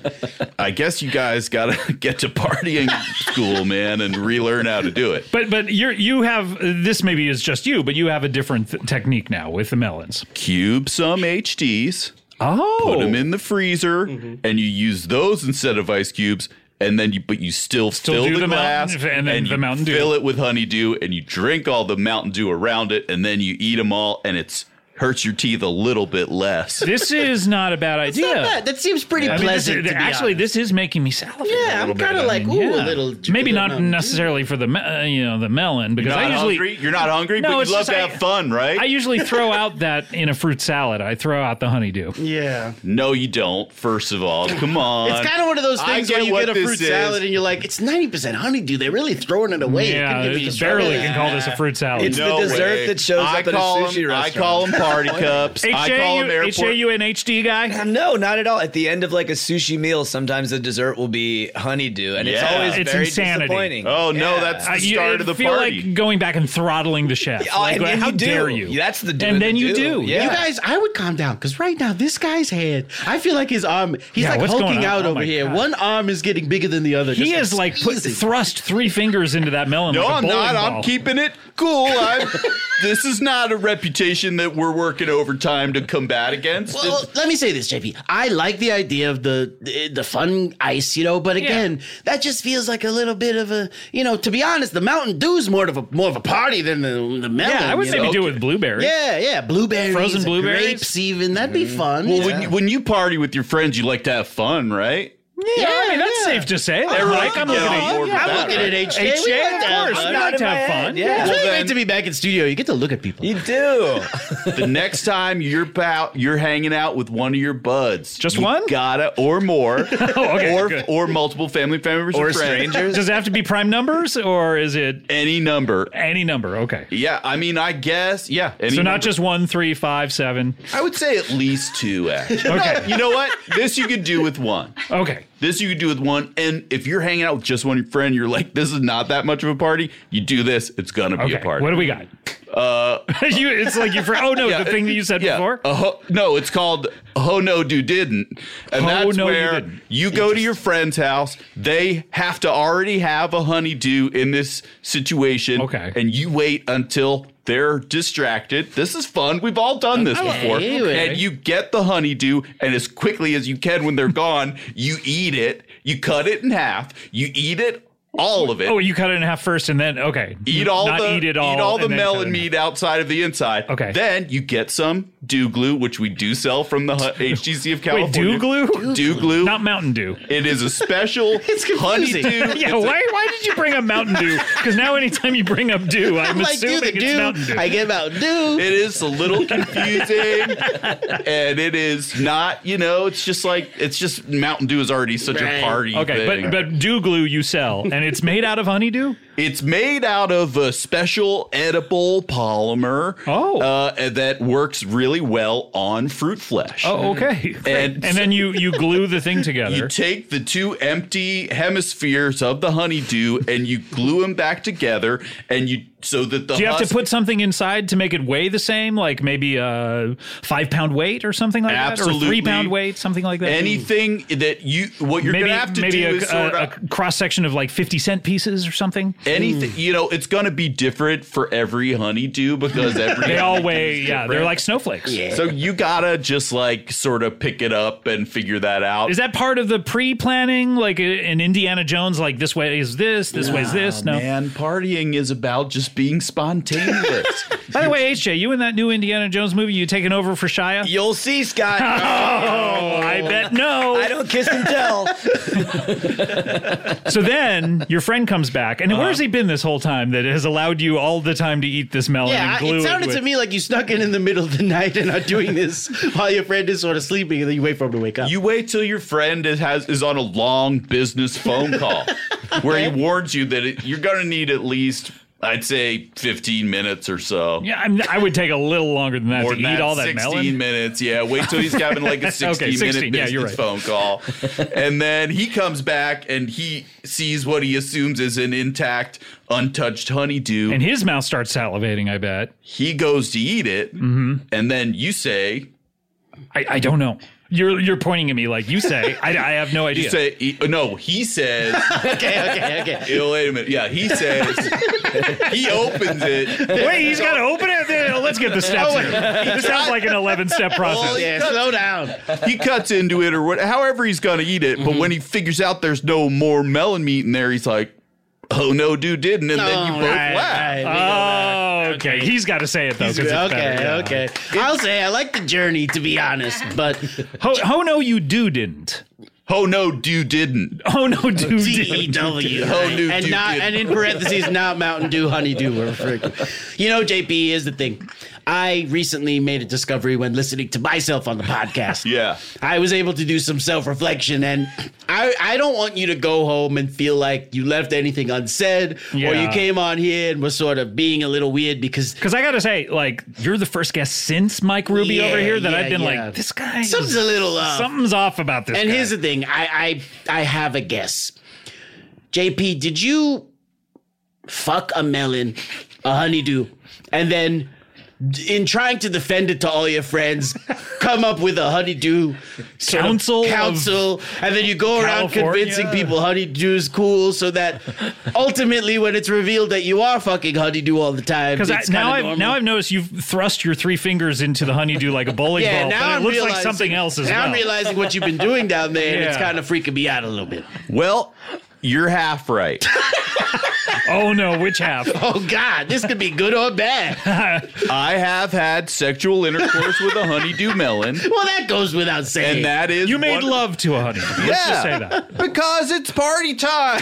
F: I guess you guys gotta get to partying school, man, and relearn how to do it.
B: but but you you have this maybe is just you, but you have a different th- technique now with the melons.
F: Cube some HDs,
B: Oh, Mm-hmm.
F: put them in the freezer, and you use those instead of ice cubes. And then you, but you still,
B: Still do
F: fill the,
B: the
F: glass
B: Mountain- and then
F: you
B: the Mountain Dew.
F: fill it with honeydew, and you drink all the Mountain Dew around it, and then you eat them all, and it's hurts your teeth a little bit less.
B: this is not a bad
E: It's
B: idea.
E: not bad. That seems pretty
B: I mean, this is-
E: pleasant. to be
B: actually,
E: honest.
B: this is making me salivate.
E: Yeah,
B: a
E: I'm
B: little bit.
E: kinda
B: I
E: like,
B: mean,
E: ooh, a little-
B: Maybe not
E: little-
B: necessarily for the me- uh, you know the melon because
F: Not
B: I usually
F: hungry? You're not hungry,
B: No,
F: but
B: it's
F: you love
B: just
F: to
B: I-
F: have fun, right?
B: I usually throw out that in a fruit salad. I throw out the honeydew.
E: yeah.
F: No, you don't. First of all, come on.
E: It's kind of one of those
F: I
E: things where
F: get
E: you
F: what
E: get a
F: this
E: fruit
F: is.
E: salad and you're like, it's 90% honeydew. They're really throwing it away. It
B: yeah,
E: couldn't give me
B: it's
E: a
B: barely
E: strawberry.
B: can call this a fruit salad.
C: It's the dessert that shows up at a
F: call
C: sushi
F: them- I
C: restaurant.
F: call them party cups. I call them airport.
B: H-A-U-N-H-D guy?
C: Uh, No, not at all. At the end of like a sushi meal, sometimes the dessert will be honeydew, and it's Uh,
F: Yeah.
C: always
B: It's
C: very
B: insanity.
C: disappointing.
F: Oh no,
C: Yeah.
F: that's the
B: I you-
F: start
B: I
F: of the
B: feel
F: party.
B: like going back and throttling the chef.
C: Oh,
B: Like,
C: and then
B: how
C: you do.
B: dare you?
C: That's the doing
B: And then
C: the
B: you
C: do.
B: do.
C: Yeah.
E: You guys, I would calm down because right now this guy's head, I feel like his arm, he's
B: Yeah,
E: like
B: what's going on?
E: hulking out
B: Oh
E: over
B: my
E: here.
B: God.
E: One arm is getting bigger than the other.
B: He
E: just
B: is like put,
E: squeezing.
B: thrust three fingers into that melon.
F: no,
B: like a
F: I'm
B: bowling
F: not.
B: ball.
F: I'm keeping it cool. I'm, this is not a reputation that we're working overtime to combat against.
E: Well, let me say this, JP. I like the idea of the the, the fun ice, you know, but again, that just feels like a little bit of a, you know, to be honest, the Mountain Dew's more of a more of a party than the the melon.
B: Yeah, I would
E: you
B: say
E: know?
B: we do it with blueberry.
E: Yeah, yeah, blueberries,
B: Frozen blueberries?
E: grapes, even that'd be fun.
F: Mm-hmm. Well, when, you, when you party with your friends, you like to have fun, right?
B: Yeah, I mean, that's
E: yeah.
B: safe to say. Like,
F: Everyone
B: I'm
F: can
B: looking
F: get
B: at
F: on
B: you.
F: board with
E: I'm
F: that,
E: looking
F: right?
E: at HJ.
B: Hey,
E: We
B: yeah,
E: like
B: of
E: that
B: course,
E: fun.
B: you like to have fun. Yeah.
E: It's really
F: Well,
E: great
F: then-
E: to be back in studio. You get to look at people.
C: You do.
F: the next time you're pout, you're hanging out with one of your buds,
B: Just
F: you
B: one? Oh,
F: gotta or more,
B: okay,
F: or
B: good.
F: or multiple family members or, friends,
B: Does it have to be prime numbers or is it
F: any number.
B: any number? Okay.
F: Yeah, I mean, I guess, yeah. Any
B: So
F: number.
B: not just one, three, five, seven.
F: I would say at least two. Actually,
B: Okay.
F: you know what? This you could do with one.
B: Okay.
F: This you could do with one. And if you're hanging out with just one friend, you're like, this is not that much of a party. You do this, it's gonna be
B: Okay.
F: a party.
B: What do we got? Uh, you, it's like you. For, oh no,
F: Yeah,
B: the thing that you said
F: yeah.
B: before.
F: A ho- no, it's called Oh No Do Didn't. And
B: Oh,
F: that's
B: No, You
F: where
B: Didn't.
F: you go to your friend's house. They have to already have a honeydew in this situation.
B: Okay.
F: And you wait until they're distracted. This is fun. We've all done this before.
E: okay.
F: And you get the honeydew, and as quickly as you can when they're gone, you eat it. You cut it in half. You eat it, all of it
B: oh, you cut it in half first, and then okay.
F: eat all
B: Not
F: the
B: eat it all. and
F: the
B: then cut it
F: melon
B: in half.
F: meat outside of the inside.
B: Okay.
F: Then you get some dew glue, which we do sell from the hu- HGC of California.
B: Wait, dew glue?
F: Dew glue.
B: Not Mountain Dew.
F: it is a special
E: It's confusing.
F: honeydew.
B: Yeah,
F: It's a-
B: why, why did you bring up Mountain Dew? Because now anytime you bring up Dew, I'm,
E: I'm like,
B: assuming
E: dude, the
B: it's Mountain Dew.
E: dude. I get Mountain Dew.
F: it is a little confusing, and it is not. You know, it's just like it's just Mountain Dew is already such a
E: Right.
F: party
B: okay,
F: thing.
B: but but Dew glue you sell, and it's made out of honeydew.
F: It's made out of a special edible polymer.
B: Oh.
F: uh, that works really well on fruit flesh.
B: Oh, okay.
F: And-
B: And, and then you you glue the thing
F: You
B: together.
F: take the two empty hemispheres of the honeydew and you glue them back together, and you so that the
B: Do you have to
F: husk-
B: put something inside to make it weigh the same, like maybe a five pound weight or something like that, or
F: Absolutely.
B: three pound weight, something like that?
F: anything that you what you're
B: maybe
F: gonna have to
B: maybe
F: do
B: a,
F: is sort
B: a-
F: of
B: a cross section of like fifty cent pieces or something.
F: anything you know it's gonna be different for every honeydew because every
B: They all weigh, yeah, they're like snowflakes.
F: so you gotta just like sort of pick it up and figure that out.
B: Is that part of the pre-planning, like uh, in Indiana Jones? Like this way is this, this way is this. No.
F: Man, partying is about just being spontaneous.
B: By the way, HJ, you in that new Indiana Jones movie, you taking over for Shia?
C: You'll see, Scott.
B: Oh, I bet no.
C: I don't kiss and tell.
B: So then your friend comes back, and
E: Uh-huh.
B: where's he been this whole time that has allowed you all the time to eat this melon?
E: Yeah,
B: and
E: I-
B: glue
E: it sounded
B: with-
E: to me like you snuck in in the middle of the night and are doing this while your friend is sort of sleeping, and then you wait for him to wake up.
F: You wait till your friend is, has is on a long business phone call where he warns you that it, you're going to need at least I'd say 15 minutes or so.
B: Yeah, I, mean, I would take a little longer than that
F: Or
B: to eat all that
F: 16
B: melon.
F: minutes. Yeah, wait till he's having like a 16,
B: Okay, 16,
F: minute
B: yeah,
F: business
B: you're
F: phone call. And then he comes back and he sees what he assumes is an intact, untouched honeydew.
B: And his mouth starts salivating. I bet. Hmm.
F: he goes to eat it. And then you say,
B: I, I don't know. You're you're pointing at me like you say. I, I have no
F: you
B: idea.
F: say, he- uh, no, he says,
E: okay, okay, okay.
F: Yeah, wait a minute. Yeah, he says he opens it.
B: Wait, he's got to open it. Then Let's get the steps. in. This sounds like an eleven-step process.
E: Oh, Yeah, slow down.
F: He cuts into it or what, however he's gonna eat it. But
B: Mm-hmm.
F: when he figures out there's no more melon meat in there, he's like, "Oh no, dude didn't." And then you both laugh.
E: Right, we
B: Oh, okay. He's got to say it though. 'cause
E: go
B: it's
E: back.
B: better, yeah.
E: okay, okay. I'll say I like the journey, to be honest, but
B: Ho, ho no, you do didn't.
F: Oh no, dude didn't.
B: Oh no, do
E: D E
B: didn't.
E: W.
F: Oh, dude,
E: And
F: dude,
E: not
F: dude.
E: and in parentheses, not Mountain Dew, Honey Dew. We're freaking. You know, JP is the thing. I recently made a discovery when listening to myself on the podcast.
F: Yeah.
E: I was able to do some self reflection, and I, I don't want you to go home and feel like you left anything unsaid or
B: Yeah.
E: you came on here and was sort of being a little weird because
B: Because I gotta say, like, you're the first guest since Mike Ruby
E: Yeah,
B: over here that
E: yeah,
B: I've been
E: yeah.
B: like, this guy, is-
E: something's a little off.
B: something's off about this.
E: and
B: guy.
E: here's the thing I, I I have a guess. JP, did you fuck a melon, a honeydew, and then d- in trying to defend it to all your friends, come up with a honeydew sort of
B: Council of
E: council, and then you go around
B: California.
E: convincing people honeydew's cool, so that ultimately, when it's revealed that you are fucking honeydew all the time,
B: Because I-
E: it's
B: now
E: kinda
B: I've
E: normal.
B: now I've noticed you've thrust your three fingers into the honeydew like a bowling
E: yeah,
B: ball,
E: now
B: but
E: I'm
B: it looks
E: realizing,
B: like something else as
E: now I'm
B: well.
E: realizing what you've been doing down there, and it's
B: Yeah.
E: kind of freaking me out a little bit.
F: Well, you're half right.
B: oh no, which half?
E: Oh God, this could be good or bad.
F: I have had sexual intercourse with a honeydew melon,
E: Well, that goes without saying.
F: and that is
B: You made
F: one-
B: love to a honeydew. Let's just say that.
F: Because it's party time.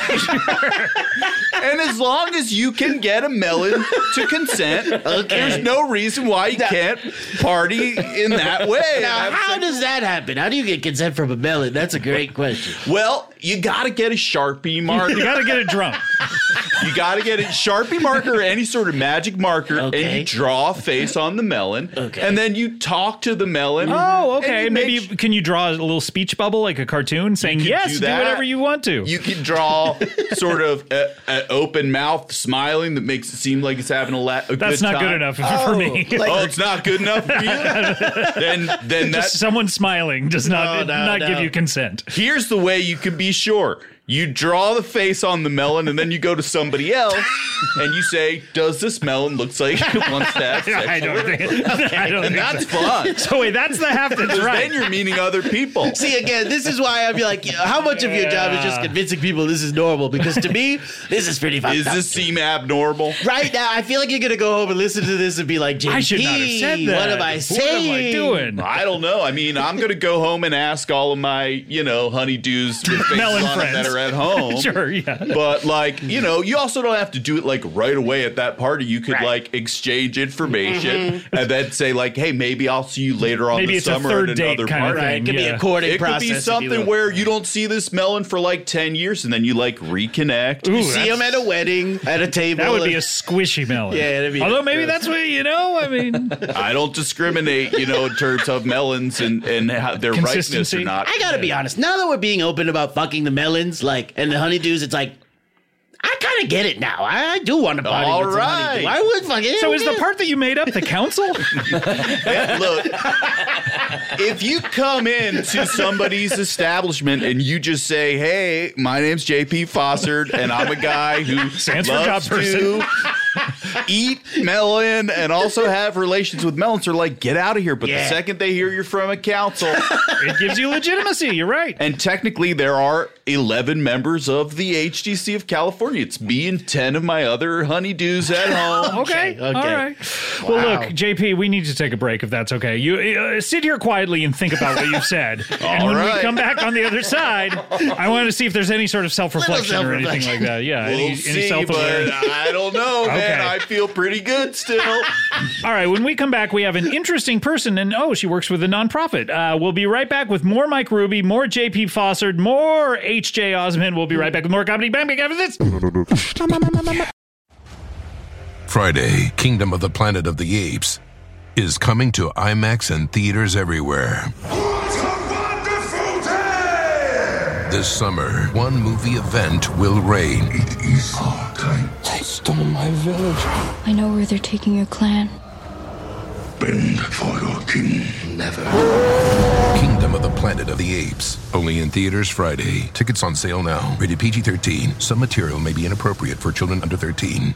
F: and as long as you can get a melon to consent, there's no reason why you can't party in that way.
E: now,
F: Have
E: how
F: sex-
E: does that happen? How do you get consent from a melon? That's a great question.
F: well, you gotta get a Sharpie
B: You
F: marker.
B: gotta get it drunk.
F: you gotta get a Sharpie marker or any sort of magic marker, and
E: Okay.
F: you draw a face on the melon.
E: Okay.
F: And then you talk to the melon.
B: Oh,
F: and
B: okay.
F: you
B: Maybe
F: make
B: you- can you draw a little speech bubble like a cartoon saying
F: could
B: yes,
F: do
B: do,
F: that.
B: whatever you want to.
F: You can draw sort of a- an open mouth smiling that makes it seem like it's having a, la- a
B: That's
F: good
B: not good
F: time.
B: enough for me.
F: oh, it's not good enough for you. then, then that,
B: Just someone smiling does not
E: No, no,
B: not
E: no.
B: give you consent.
F: here's the way you can be sure. You draw the face on the melon, and then you go to somebody else, and you say, "Does this melon looks like it wants to have sex?"
B: I don't think. I don't think
F: And that's
B: so.
F: fun.
B: so wait, that's the half that's right.
F: Then you're meeting other people.
E: See, again, this is why I'm like, how much of your job is just convincing people this is normal? Because to me, this is pretty fucked
F: Is
E: up.
F: this seem abnormal?
E: Right now, I feel like you're gonna go home and listen to this and be like, JP,
B: I should not have said that.
E: What am I saying?
B: What am I doing?
F: I don't know. I mean, I'm going to go home and ask all of my, you know, honeydews with faces
B: Melon
F: on it that
B: friends.
F: are at home.
B: Sure, yeah.
F: But like, you know, you also don't have to do it like right away at that party. You could
E: Right. Mm-hmm.
F: like exchange information and then say like, "Hey, maybe I'll see you later on
B: Maybe
F: the
B: it's a
F: summer
B: third
F: at
B: date
F: another
B: kind of
F: party."
E: Right, it
B: thing,
E: could be
B: yeah.
E: a courting
F: It could
E: process.
F: be
E: if you
F: something
E: will.
F: where you don't see this melon for like 10 years and then you like reconnect.
E: you
B: Ooh,
E: see him
B: that's-
E: at a wedding, at a table. uh,
B: That would be a squishy melon.
E: Yeah, it'd be
B: Although maybe that's what you know. I mean,
F: I don't discriminate, you know, in terms of melons and, and how their ripeness or
B: Consistency.
F: not.
E: I gotta be honest. Now that we're being open about fucking the melons, like and the honeydews, it's like I kind of get it now. I, I do want to party
F: All
E: with some
F: right.
E: honeydew. I would fucking.
B: so is the part that you made up the council?
F: Yeah, look, if you come into somebody's establishment and you just say, "Hey, my name's JP Fossard, and I'm a guy who
B: Stands for
F: loves
B: job person."
F: to eat melon and also have relations with melons," are like, "Get out of here!" But the
E: Yeah.
F: second they hear you're from a council,
B: it gives you legitimacy. You're right.
F: and technically there are 11 members of the HDC of California. It's me and 10 of my other honeydews at home.
B: Okay.
E: Okay, okay.
B: All right. Well, look, JP, we need to take a break if that's okay. You uh, sit here quietly and think about what you've said. and
F: All
B: when
F: right.
B: we come back on the other side, I want to see if there's any sort of self-reflection or anything like
E: self-reflection.
B: that. Yeah.
F: We'll
B: any, any
F: see, but
B: self-awareness.
F: I don't know, man.
B: Okay.
F: I feel pretty good still.
B: All right, when we come back, we have an interesting person, and oh, she works with a nonprofit. Uh, we'll be right back with more Mike Ruby, more JP Fossard, more HJ Osmond. We'll be right back with more comedy. Bang, bang, after this.
H: Friday, Kingdom of the Planet of the Apes, is coming to IMAX and theaters everywhere.
I: What a wonderful day!
H: This summer, one movie event will reign.
I: It is our time.
J: They stole my village.
K: I know where they're taking your clan.
I: Bend for your king.
H: Kingdom of the Planet of the Apes, only in theaters Friday. Tickets on sale now. Rated PG 13. Some material may be inappropriate for children under 13.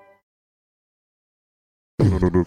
F: Uh,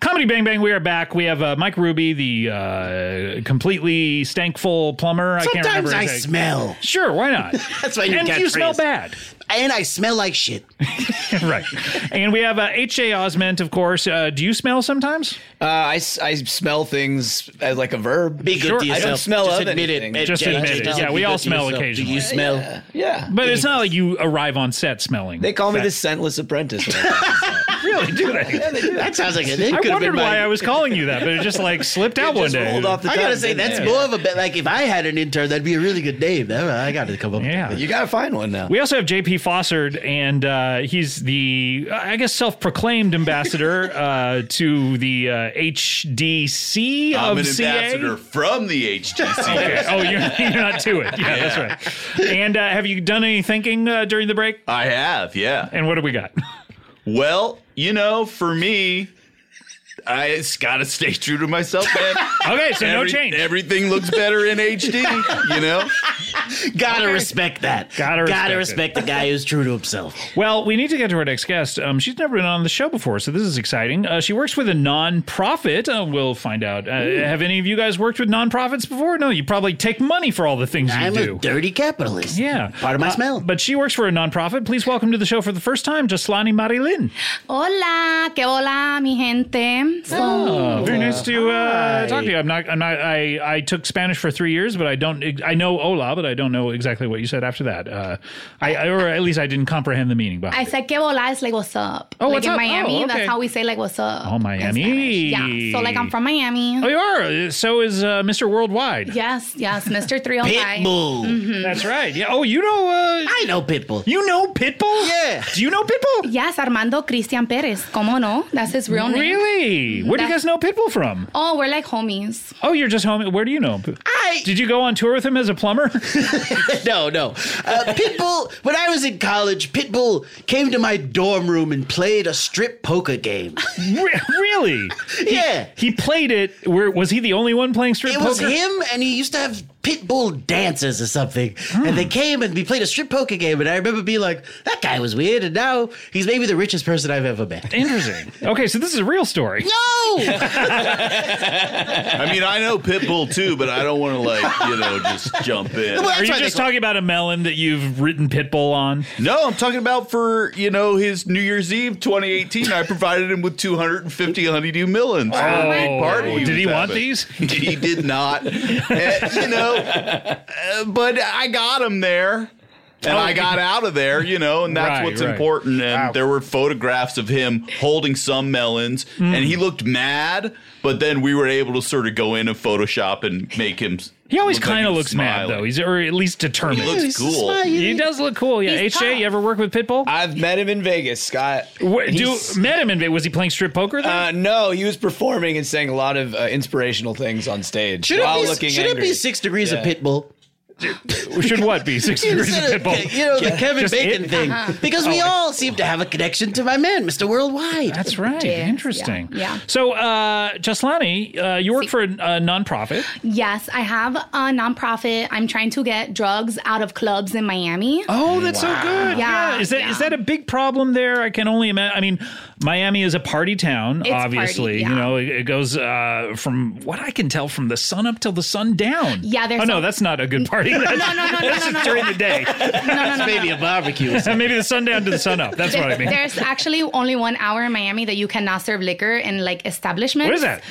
B: Comedy Bang Bang, we are back. We have uh, Mike Ruby, the uh, completely stankful plumber. I can't
E: Sometimes
B: remember.
E: I
B: his name.
E: smell.
B: Sure, why not?
E: That's my new
B: And you
E: catchphrase.
B: smell bad.
E: And I smell like shit.
B: right. And we have uh, H.J. Osment, of course. Uh, do you smell sometimes?
C: Uh, I, s- I smell things as like a verb.
E: Be good
B: Sure.
E: to
C: I
E: yourself.
C: don't smell
E: Just
C: of
E: admit
C: anything.
E: It,
B: Just
E: Jay,
B: admit
E: Jay,
B: it.
E: Jay,
B: Yeah,
E: be
B: we
E: good
B: all
E: to
B: smell
E: yourself. Do
B: occasionally.
E: you smell?
C: Yeah.
B: But it's not like you arrive on set smelling.
C: They call me the
B: this.
C: scentless apprentice. when I
B: Really, do they?
C: yeah, they do.
E: That sounds like it. It
B: I
E: could've been
B: wondered why
E: my-
B: I was calling you that, but it just like slipped out one
C: Just
B: day.
C: rolled off the
E: I gotta
C: tongue,
E: say
C: didn't
E: that's
C: it?
E: more of a bit like if I had an intern, that'd be a really good name. That- I gotta come up.
B: Yeah.
C: You gotta find one now.
B: We also have J.P. Fossard, and uh, he's the, I guess, self-proclaimed ambassador uh, to the uh, HDC
F: I'm
B: of
F: an
B: CA.
F: ambassador from the HTC.
B: Okay. Oh, you're, you're not to it. Yeah, that's right. And uh, have you done any thinking uh, during the break?
F: I have, yeah.
B: And what do we got?
F: Well, you know, for me, I it's got to stay true to myself, man.
B: Okay, so no
F: Every-
B: change.
F: Everything looks better in HD, you know?
E: Gotta respect that.
B: Gotta
E: gotta
B: respect
E: respect the guy who's true to himself.
B: Well, we need to get to our next guest. Um, she's never been on the show before, so this is exciting. Uh, she works with a nonprofit. Uh, we'll find out. Uh,
E: Hmm.
B: have any of you guys worked with nonprofits before? No, you probably take money for all the things
E: I'm
B: you
E: a
B: do.
E: dirty capitalist.
B: yeah.
E: Part of my
B: Uh,
E: smell.
B: But she works for a nonprofit. Please welcome to the show for the first time, Jaslani Marilyn.
K: Hola, que hola, mi gente.
B: Oh, very nice to uh, talk to you. I'm not. I'm not. I, I took Spanish for three years, but I don't. I know hola, but I don't know exactly what you said after that. Uh, I, I or at least I didn't comprehend the meaning behind
K: I
B: it.
K: said que hola is like what's up.
B: Oh,
K: like
B: what's
K: in
B: up?
K: Miami,
B: Oh, okay.
K: that's how we say like what's up.
B: Oh,
K: in
B: Miami.
K: Spanish. Yeah. So like I'm from Miami.
B: Oh, you are. So is uh, Mr. Worldwide.
K: Yes, yes, Mr.
E: Pitbull.
K: 305. Mm-hmm.
B: That's right. Yeah. Oh, you know. Uh,
E: I know Pitbull.
B: you know Pitbull.
E: Yeah.
B: Do you know Pitbull?
K: Yes, Armando Cristian Perez. Como no? That's his real name.
B: Really? Where do you
K: That-
B: guys know Pitbull from?
K: Oh, we're like homies.
B: Oh, you're just home. Where do you know him?
E: I
B: Did you go on tour with him as a plumber?
E: no no. Uh, Pitbull. When I was in college, Pitbull came to my dorm room and played a strip poker game.
B: Re- really?
E: Yeah.
B: He played it. Where was he the only one playing strip
E: It
B: poker?
E: was him, and he used to have Pitbull dances or something. And they came and we played a strip poker game. And I remember being like, that guy was weird. And now he's maybe the richest person I've ever met.
B: Interesting. Okay, so this is a real story.
E: No!
F: I mean, I know Pitbull too, but I don't want to, like, you know, just jump in.
E: Well, that's
B: Are you
E: why they
B: just
E: call-
B: talking about a melon that you've written Pitbull on?
F: No, I'm talking about for, you know, his New Year's Eve 2018. I provided him with 250 honeydew melons. Oh, party
B: did he
F: was
B: want
F: having.
B: these?
F: he did not. And, you know, uh, but I got him there. And I got out of there, you know, and that's
B: Oh. Right,
F: what's
B: right.
F: important. And there were photographs of him holding some melons, and
B: Hmm.
F: he looked mad. But then we were able to sort of go in and Photoshop and make him.
B: He always
F: like
B: kind of
F: was
B: looks
F: smiling.
B: mad though. He's or at least
F: He
B: determined.
F: looks cool.
B: He does look cool. Yeah.
K: He's
B: HJ,
K: tough.
B: you ever work with Pitbull?
C: I've met him in Vegas, Scott.
B: Wh- do
C: He's-
B: met him in was he playing strip poker? Then?
C: Uh, no, he was performing and saying a lot of uh, inspirational things on stage
E: Should,
C: while
E: it be,
C: looking
E: should it
C: angry.
E: be six degrees of Pitbull?
B: Should what be six degrees of
E: Instead of,
B: Pitbull?
E: you know, the Kevin
B: Just
E: Bacon
B: it?
E: thing.
K: Uh-huh.
E: Because we all seem to have a connection to my man, Mr. Worldwide.
B: That's right.
K: Yes,
B: Interesting.
K: yeah, yeah.
B: So, uh, Jaslani, uh, you work for a, a nonprofit.
K: Yes, I have a nonprofit. I'm trying to get drugs out of clubs in Miami.
B: Oh, that's so good.
K: Yeah,
B: Is that is
K: yeah.
B: that a big problem there? I can only imagine. I mean, Miami is a party town,
K: It's
B: obviously.
K: party, yeah.
B: You know, it, it goes uh, from what I can tell from the sun up till the sun down.
K: Yeah, there's
B: Oh, no,
K: some-
B: that's not a good party. That's,
K: no, no, no,
B: that's
K: no,
B: just
K: no, no.
B: during the day.
K: No, no, no, no.
E: Maybe a barbecue. or something.
B: Maybe the sun down to the sun up. That's what I mean.
K: There's actually only one hour in Miami that you cannot serve liquor in like establishments. Uh,
B: What is that?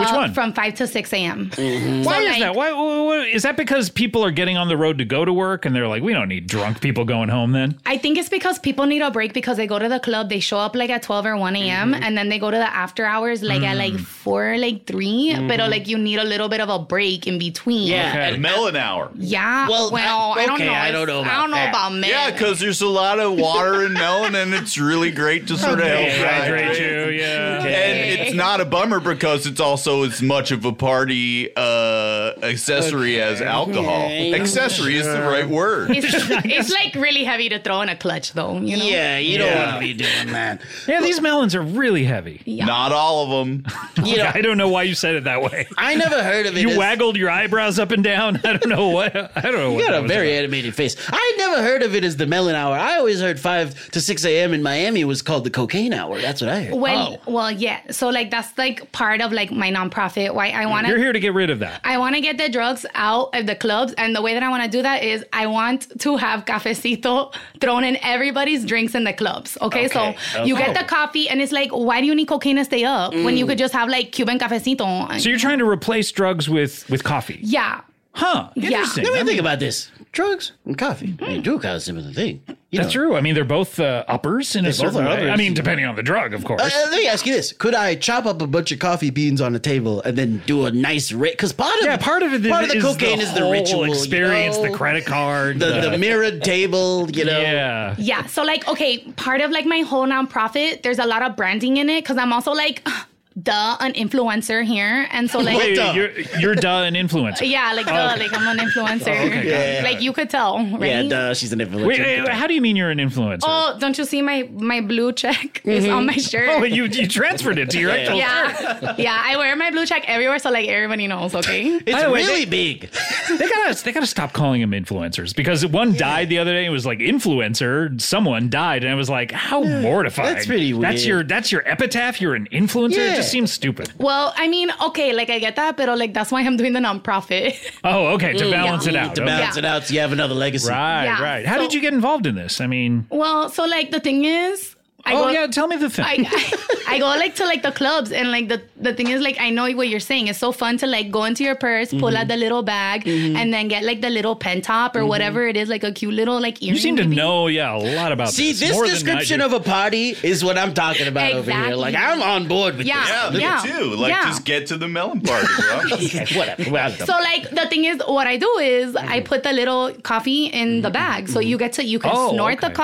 B: Which one?
K: From five to six a.m.
B: Mm-hmm. Why
K: So,
B: is
K: like-
B: that? Why, why, why is that? Because people are getting on the road to go to work, and they're like, we don't need drunk people going home. Then
K: I think it's because people need a break because they go to the club, they show up like at twelve or one a.m.
B: Mm-hmm.
K: and then they go to the after hours like at like
B: Mm.
K: four, like 3 But
B: Mm-hmm.
K: like you need a little bit of a break in between.
E: Yeah.
F: The melon hour.
K: Yeah.
E: Well,
K: Uh, Well,
E: I-
K: I, don't
E: okay,
K: know.
E: I don't know
K: It's-
E: about
K: I don't know
E: that.
K: about men.
F: Yeah, because there's a lot of water in melon, and it's really great to sort of help
B: Hydrate
F: hydrate
B: you, yeah.
F: And it's not a bummer because it's also as much of a party uh, accessory as alcohol.
K: Okay.
F: Accessory is the right word.
K: It's, it's like really heavy to throw in a clutch, though. You know?
E: Yeah, you don't
F: Yeah.
E: want to be doing that.
D: Yeah, these melons are really heavy.
F: Not all of them.
E: You know,
B: I don't know why you said it that way.
E: I never heard of it.
B: You
E: as-
B: waggled your eyebrows up and down. I don't know what. I don't know.
E: You
B: what
E: got
B: Oh, that
E: a
B: was
E: very
B: about.
E: animated face. I never heard of it as the melon hour. I always heard five to six a.m. in Miami was called the cocaine hour. That's what I heard.
B: Oh,
K: Well, well, yeah. So like that's like part of like my nonprofit. Why I want
B: You're
K: to.
B: here to get rid of that.
K: I want to get the drugs out of the clubs, and the way that I want to do that is I want to have cafecito thrown in everybody's drinks in the clubs. Okay, so you
B: Oh.
K: get the coffee, and it's like, why do you need cocaine to stay up when you could just have like Cuban cafecito?
B: Mm. So you're trying to replace drugs with with coffee,
K: yeah,
B: huh?
K: Yeah.
B: Interesting.
E: Let
B: I
E: me
B: mean,
E: think about this: drugs and coffee. They do kind of similar thing. You
B: that's
E: know.
B: true. I mean, they're both uh, uppers in a
E: They both
B: certain
E: are
B: way. I
E: uppers.
B: mean, depending on the drug, of course.
E: Uh, uh, let me ask you this: Could I chop up a bunch of coffee beans on a table and then do a nice rate? Because part of
B: yeah, part of it.
E: part of the cocaine is the
B: whole
E: ritual you
B: experience,
E: know?
B: the credit card,
E: the, the mirrored table, you know.
B: yeah.
K: yeah. So like, okay, part of like my whole nonprofit, there's a lot of branding in it because I'm also like, duh, an influencer here, and so like.
B: Wait,
E: Duh.
B: you're you're duh an influencer. Oh,
K: Yeah, like duh, like I'm an influencer.
E: got it,
K: Like you could tell, right?
E: Yeah, duh, she's an influencer.
B: Wait, wait, wait, how do you mean you're an influencer?
K: Oh, don't you see my my blue check is on my shirt?
B: Oh, you you transferred it to your actual.
K: yeah, yeah. I wear my blue check everywhere, so like everybody knows. Okay.
E: it's
B: the way,
E: really big.
B: They gotta they gotta stop calling them influencers because one died the other day. It was like influencer. Someone died, and I was like, how mortifying.
E: that's pretty
B: That's
E: weird.
B: your that's your epitaph. You're an influencer. It
E: Yeah.
B: just seems stupid.
K: Well, I mean, okay, like I get that, but like that's why I'm doing the nonprofit.
B: Oh, okay. To balance it out.
E: to
B: okay.
E: balance
K: Yeah.
E: it out, so you have another legacy.
B: Right,
K: Mm, Yeah,
B: right. How did
K: so-
B: you get involved in this? I mean,
K: well, so like the thing is, I
B: oh
K: go,
B: yeah, tell me the thing.
K: I, I I go like to like the clubs and like the the thing is like I know what you're saying. It's so fun to like go into your purse, pull
B: Mm-hmm.
K: out the little bag, and then get like the little pen top or whatever it is, like a cute little like earring.
B: you seem to
K: maybe.
B: know, yeah, a lot about
E: See,
B: this.
E: this
B: more than I
E: description
B: do.
E: of a party is what I'm talking about over here.
K: Exactly.
E: Like, I'm on board with
K: Yeah.
F: Yeah, me
K: Yeah.
F: too. Like,
K: Yeah.
F: just get to the melon party, bro.
E: this. Okay, whatever. Well,
K: So like the thing is, what I do is
B: Mm-hmm.
K: I put the little coffee in the bag, so you get to you can
B: Oh,
K: snort the
B: okay. Mm-hmm,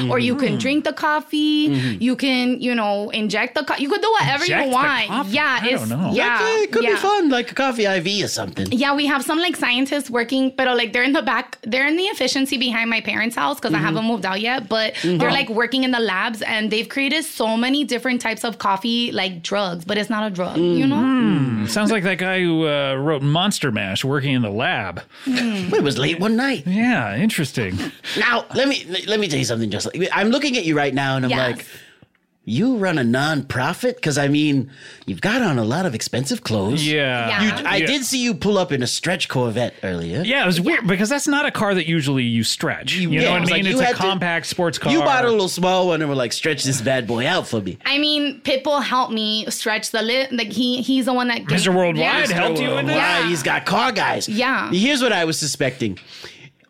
K: coffee, or you can drink the coffee, you can you know inject the coffee, you could do whatever
B: Inject
K: you
B: the
K: want.
B: coffee?
K: Yeah,
B: I don't
K: it's
B: know.
K: yeah,
E: okay, it could
K: yeah.
E: be fun, like a coffee IV or something.
K: Yeah, we have some like scientists working, but like they're in the back, they're in the efficiency behind my parents' house because I haven't moved out yet. But they're like working in the labs, and they've created so many different types of coffee like drugs, but it's not a drug, you
B: Mm-hmm.
K: know.
B: Hmm, sounds like that guy who uh, wrote Monster Mash working in the lab. Hmm.
E: It was late one night.
B: Yeah, interesting.
E: Now, let me let me tell you something, just like I'm looking at you right now, and I'm
K: Yes.
E: like, you run a non-profit? Because I mean, you've got on a lot of expensive clothes.
B: Yeah.
K: You-
E: I
B: Yeah.
E: did see you pull up in a stretch Corvette earlier.
B: Yeah, it was weird because that's not a car that usually you stretch. You, know
E: Yeah,
B: what I
E: it
B: mean?
E: was like you
B: it's a
E: had to-
B: compact sports car.
E: You bought a little small one and were like, stretch this bad boy out for me.
K: I mean, Pitbull helped me stretch the lip. Like he, he's the one that
B: Mr. Worldwide helped you with
E: All
B: that.
K: Yeah.
E: right, he's got car guys.
K: Yeah.
E: Here's what I was suspecting.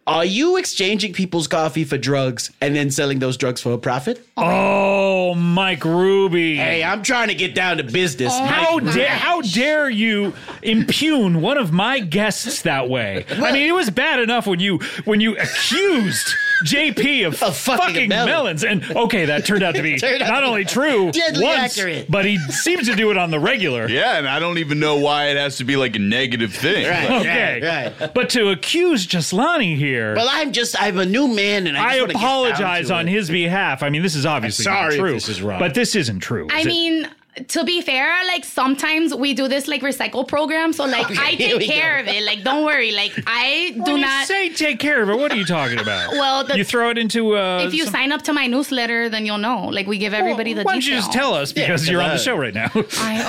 E: Are you exchanging people's coffee for drugs and then selling those drugs for a profit?
B: Oh, Mike Ruby.
E: Hey, I'm trying to get down to business.
B: Oh,
K: Oh
B: How
E: Mike.
B: dare how dare you impugn one of my guests that way? I mean, it was bad enough when you when you accused JP of,
E: Of fucking a melon.
B: melons, and okay, that turned out to be
E: Turned out
B: not
E: to be
B: only true
E: deadly
B: once,
E: accurate.
B: but he seems to do it on the regular.
F: yeah, and I don't even know why it has to be like a negative thing.
E: Right,
F: Like,
B: Okay,
E: right, right.
B: but to accuse Jaslani here.
E: Well, I'm just, I'm a new man and I,
B: I
E: just wanna get down
B: apologize
E: to
B: on
E: it.
B: his behalf. I mean, this is obviously
E: I'm sorry
B: not
E: if
B: true.
E: this is wrong.
B: But this isn't true.
K: I
B: is it?
K: mean, to be fair, like sometimes we do this like recycle program, so like I
E: here
K: take
E: we
K: care of it. Like, don't worry. Like I
B: When
K: do
B: you
K: not.
B: say take care of it. What are you talking about?
K: Well, the-
B: you throw it into. Uh,
K: if you
B: some-
K: sign up to my newsletter, then you'll know. Like we give everybody
B: Well,
K: the
B: Why don't
K: detail.
B: you just tell us because
E: Yeah, Uh,
B: you're on the
E: hello.
B: show right now?
K: I-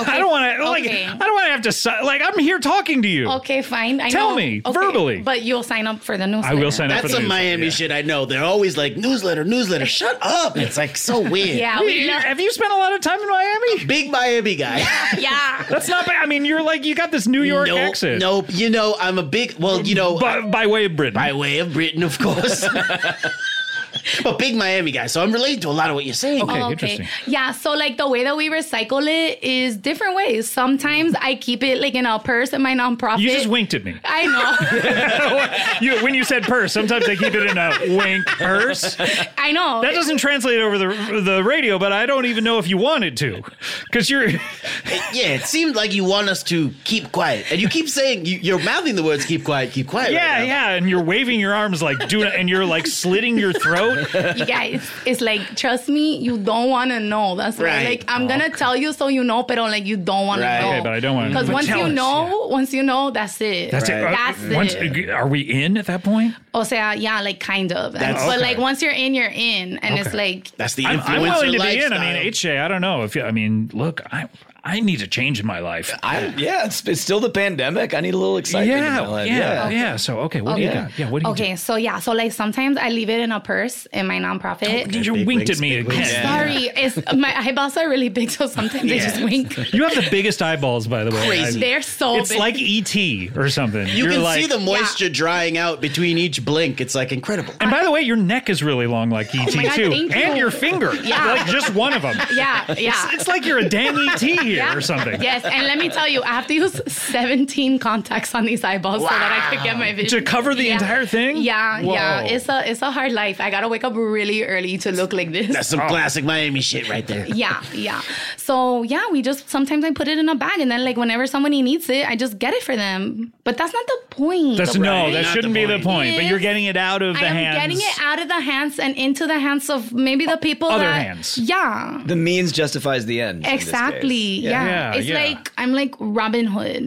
K: okay,
B: don't want to like.
K: okay.
B: I don't want to have to si- like. I'm here talking to you.
K: Okay, fine. I
B: Tell
K: know.
B: me,
K: Okay,
B: verbally.
K: But you'll sign up for the
B: I
K: newsletter.
B: will sign up
E: That's
B: for the
E: some
B: newsletter,
E: Miami
B: yeah.
E: shit I know. They're always like, newsletter, newsletter, shut up. It's like so weird.
K: Yeah,
B: You-
K: we
B: you-
K: love.
B: have you spent a lot of time in Miami?
E: Big Miami guy.
K: Yeah.
B: That's not. bad. I mean, you're like you got this New York
E: nope,
B: accent.
E: nope. You know, I'm a big, well, you know,
B: By, by way of Britain.
E: by way of Britain, of course. I'm a big Miami guy, so I'm related to a lot of what you're saying.
K: Oh, Yeah, so like the way that we recycle it is different ways. Sometimes I keep it like in a purse at my nonprofit.
B: You just winked at me.
K: I know.
B: You- when you said purse, sometimes they keep it in a wink purse. That
K: I know.
B: doesn't translate over the the radio, but I don't even know if you wanted to, because you're
E: yeah, it seemed like you want us to keep quiet, and you keep saying you, you're mouthing the words "keep quiet, keep quiet."
B: yeah yeah, and you're waving your arms like do and you're like slitting your throat.
K: You guys, it's like trust me, you don't want to know. That's right.
B: Right.
K: Like I'm gonna tell you so you know, but like you don't want
B: Right.
K: to know.
B: Okay, but I don't wanna know.
K: because
B: But
K: once
B: tell
K: you
B: us,
K: know, once you know, that's it.
B: That's it.
K: That's
B: Uh, once-
K: it.
B: Are we in at that point?
K: O sea, yeah, like kind of.
B: That's-
K: but
B: Okay.
K: like once you're in, you're in, and it's
B: Okay.
K: like
B: I'm, I'm willing to be in. I
C: lifestyle.
B: mean, HJ, I don't know if you, I mean, look, I I need a change in my life.
C: I yeah, it's, it's still the pandemic. I need a little excitement. in my
B: yeah, yeah,
C: life.
B: yeah, So okay, what do you
K: Okay.
B: got? Yeah, what do you?
K: Okay, so yeah, so like sometimes I leave it in a purse in my nonprofit.
B: do? You winked at me again.
K: Sorry, it's my eyeballs are really big, so sometimes they just wink.
B: You have the biggest eyeballs, by the way.
K: Crazy. They're so
B: It's
K: big.
B: like ET or something.
E: You
B: You're
E: can
B: like-
E: see the moisture drying out between each blink. It's like incredible.
B: And by the way, your neck is really long, like ET
K: Oh my God,
B: too,
K: thank
B: and
K: you.
B: your finger,
K: Yeah.
B: like just one of them.
K: Yeah, yeah.
B: It's, it's like you're a dang ET here
K: Yeah.
B: or something.
K: Yes, and let me tell you, I have to use 17 contacts on these eyeballs so that I could get my vision
B: To cover the
K: Yeah.
B: entire thing.
K: Yeah, yeah.
B: Whoa.
K: It's a it's a hard life. I gotta wake up really early to look like this.
B: Oh.
E: That's some classic Miami shit right there.
K: yeah, yeah. So yeah, we just sometimes I put it in a bag, and then like whenever somebody needs it, I just get it for them. But that's not the point.
B: That's no, that shouldn't be the point. But
K: Yes.
B: you're getting it out of the
K: I am
B: hands.
K: getting it out of the hands and into the hands of maybe the people
C: other
K: that,
C: hands.
K: Yeah,
C: The means justifies the end. in this case.
K: exactly. Yeah. it's like I'm like Robin Hood.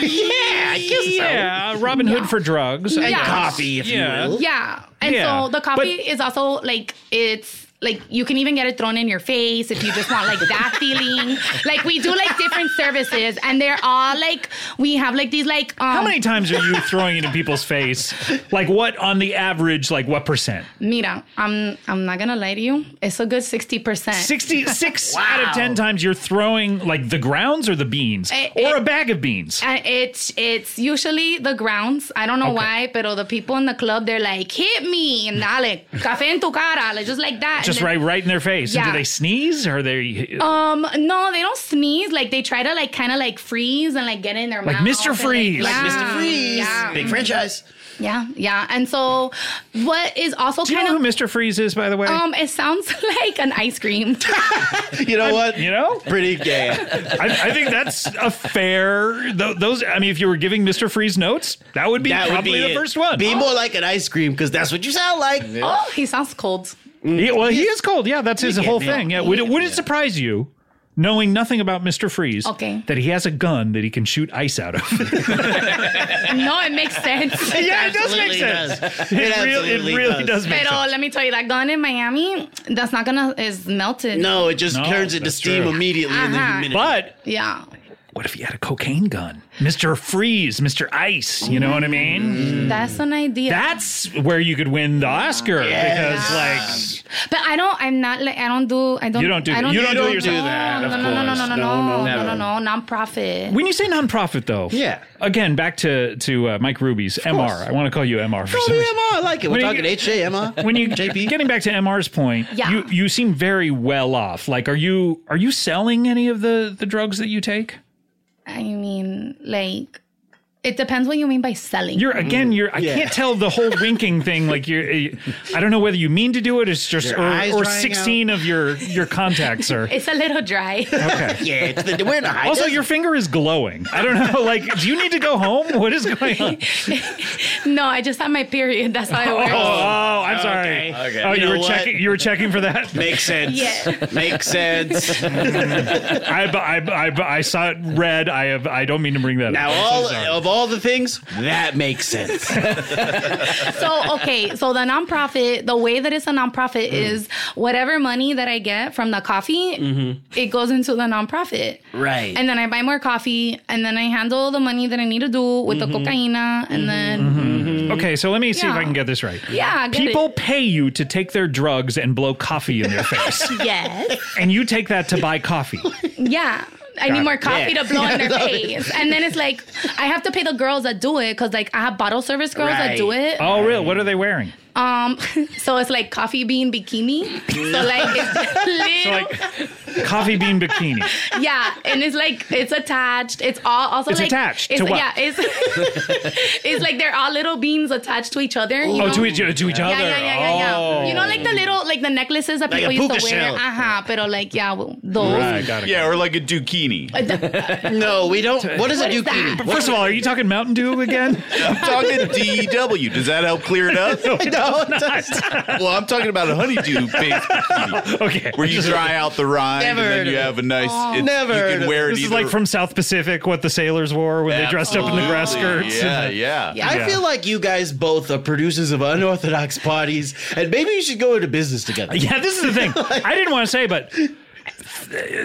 K: yeah, I guess
B: yeah, Robin Hood for drugs I
K: And
B: guess.
K: coffee,
E: if
B: yeah.
K: Yeah. And
B: Yeah,
K: so the coffee is also like it's like you can even get it thrown in your face if you just want like that feeling. Like we do like different services and they're all like we have like these like um
B: How many times are you throwing it in people's face? Like what on the average? Like what percent?
K: Mira, I'm I'm not gonna lie to you. It's a good sixty percent.
B: 66 Out of ten times you're throwing like the grounds or the beans
K: It-
B: or a bag of beans.
K: And it's it's usually the grounds. I don't know why, but all the people in the club they're like, hit me and dale, café en tu cara, like just like that.
B: Just
K: And
B: right,
K: then-
B: right in their face. And
K: Yeah.
B: do they sneeze? Or are they
K: Um, no, they don't sneeze. Like they try to like kind of like freeze and like get in their
B: Like
K: mouth.
B: Mr.
K: and,
B: Freeze. Like
K: yeah,
B: Mr. Freeze.
K: Yeah.
B: Big franchise.
K: Yeah, yeah. And so, what is also
B: Do you
K: kind
B: know
K: of
B: who Mr. Freeze is, by the way?
K: um, it sounds like an ice cream.
E: you know what?
B: You know?
E: Pretty gay.
B: I, I think that's a fair. Th- those, I mean, if you were giving Mr. Freeze notes, that would be
E: That would
B: probably
E: be
B: the
E: it.
B: first one.
E: Be more like an ice cream because that's what you sound like.
K: Oh, he sounds cold.
B: Mm. Yeah, well, he is cold. Yeah, that's his
K: You get
B: whole
K: me.
B: thing. Yeah, would it, would it
K: Yeah.
B: surprise you, knowing nothing about Mister Freeze,
K: Okay.
B: that he has a gun that he can shoot ice out of?
K: no, it makes sense.
B: Yeah, it does make sense. It, real- it really does, make
K: Pero
B: sense.
K: let me tell you, that gun in Miami, that's not gonna is melted.
E: No, it just
B: No,
E: turns into
B: that's
E: steam
B: true.
E: immediately in
K: Uh-huh.
E: a minute.
B: But
K: Yeah,
B: what if he had a cocaine gun, Mister Freeze, Mister Ice? You know what I mean?
K: Mm. that's an idea.
B: That's where you could win the Oscar because, like,
K: But I don't. I'm not like I don't do. I don't.
B: You don't do
K: I
B: that. You don't do yourself.
K: No,
B: That,
K: no,
B: of
K: no, no, no, no,
B: course.
K: no, no, no, no, no, nonprofit.
B: when you say nonprofit, though,
E: Yeah.
B: Again, back to to uh, Mike Ruby's MR. I want to call you MR for
E: Call
B: some
E: me
B: reason.
E: Emma. I like it. We're
B: When you-
E: talking HJ, Emma.
B: when you
E: JP.
B: getting back to Mr's point,
K: Yeah.
B: you you seem very well off. Like, are you are you selling any of the the drugs that you take?
K: I mean, like, it depends what you mean by selling.
B: You're
E: Mm.
B: again, you're I can't tell the whole winking thing. Like, you're eh, I don't know whether you mean to do it. It's just
E: Your
B: or,
E: eyes
B: or
E: drying
B: sixteen of your your contacts are.
K: it's a little dry.
B: Okay.
E: yeah, it's the, we're in a high.
B: Also,
E: desert.
B: your finger is glowing. I don't know. Like, do you need to go home? What is going on?
K: no, I just had my period. That's why I
B: Oh,
K: wear.
B: oh, I'm sorry.
E: Okay. Okay.
B: Oh, you,
E: You
B: were
E: know what?
B: checking. You were checking for that.
E: makes sense.
K: Yeah.
E: Makes sense.
B: I, I, I, I saw it red. I have. I don't mean to bring that
E: Now,
B: up. I'm so
E: all
B: sorry.
E: of all the things, that makes sense.
K: So okay, so the nonprofit, the way that it's a nonprofit
B: Mm.
K: is whatever money that I get from the coffee,
B: Mm-hmm.
K: it goes into the nonprofit.
E: Right.
K: And then I buy more coffee, and then I handle the money that I need to do with the
E: Mm-hmm.
K: cocaina, and then
B: Mm-hmm. Okay, so let me see if I
K: Yeah.
B: can get this right.
K: Yeah, get
B: People pay you to take their drugs and blow coffee in their face,
K: yes,
B: and you take that to buy coffee.
K: yeah. I
B: Got
K: need
B: it.
K: more coffee
E: Yeah.
K: to blow in their
E: Love it.
K: face, and then it's like I have to pay the girls that do it because like I have bottle service girls that do
E: Right.
K: it.
B: Oh, real? What are they wearing?
K: Um, so it's like coffee bean bikini. So like it's just little,
B: Coffee bean bikini.
K: yeah, and it's like it's attached. It's all also
B: It's
K: like
B: attached to
K: it's,
B: what?
K: Yeah, it's it's like they're all little beans attached to each other. you
B: oh,
K: know?
B: to each, to each
K: Yeah,
B: other.
K: yeah, yeah, yeah, yeah.
B: Oh.
K: You know, like the little, like the necklaces that
F: Like a
K: people used
F: puka
K: to wear.
F: shell.
K: Uh huh. But like, yeah, well, those. Uh,
F: yeah, or like a zucchini.
E: no, we don't.
K: What is that?
B: But First of all, are you talking Mountain Dew again?
F: I'm talking DEW. Does that help clear it up?
B: No, it No,
E: it
F: well, I'm talking about a honeydew based bikini. Okay. Where you dry out the rind
B: Never
F: and
B: heard
F: then you
B: of
F: have a nice.
B: Oh.
F: it's- You can wear it
B: This is
F: either-
B: like from South Pacific, what the sailors wore when they dressed up in the grass
F: Absolutely.
B: skirts.
F: Yeah,
B: and the-
F: yeah.
E: I feel like you guys both are producers of unorthodox parties, and maybe you should go into business together.
B: Yeah, this is the thing. I didn't want to say, but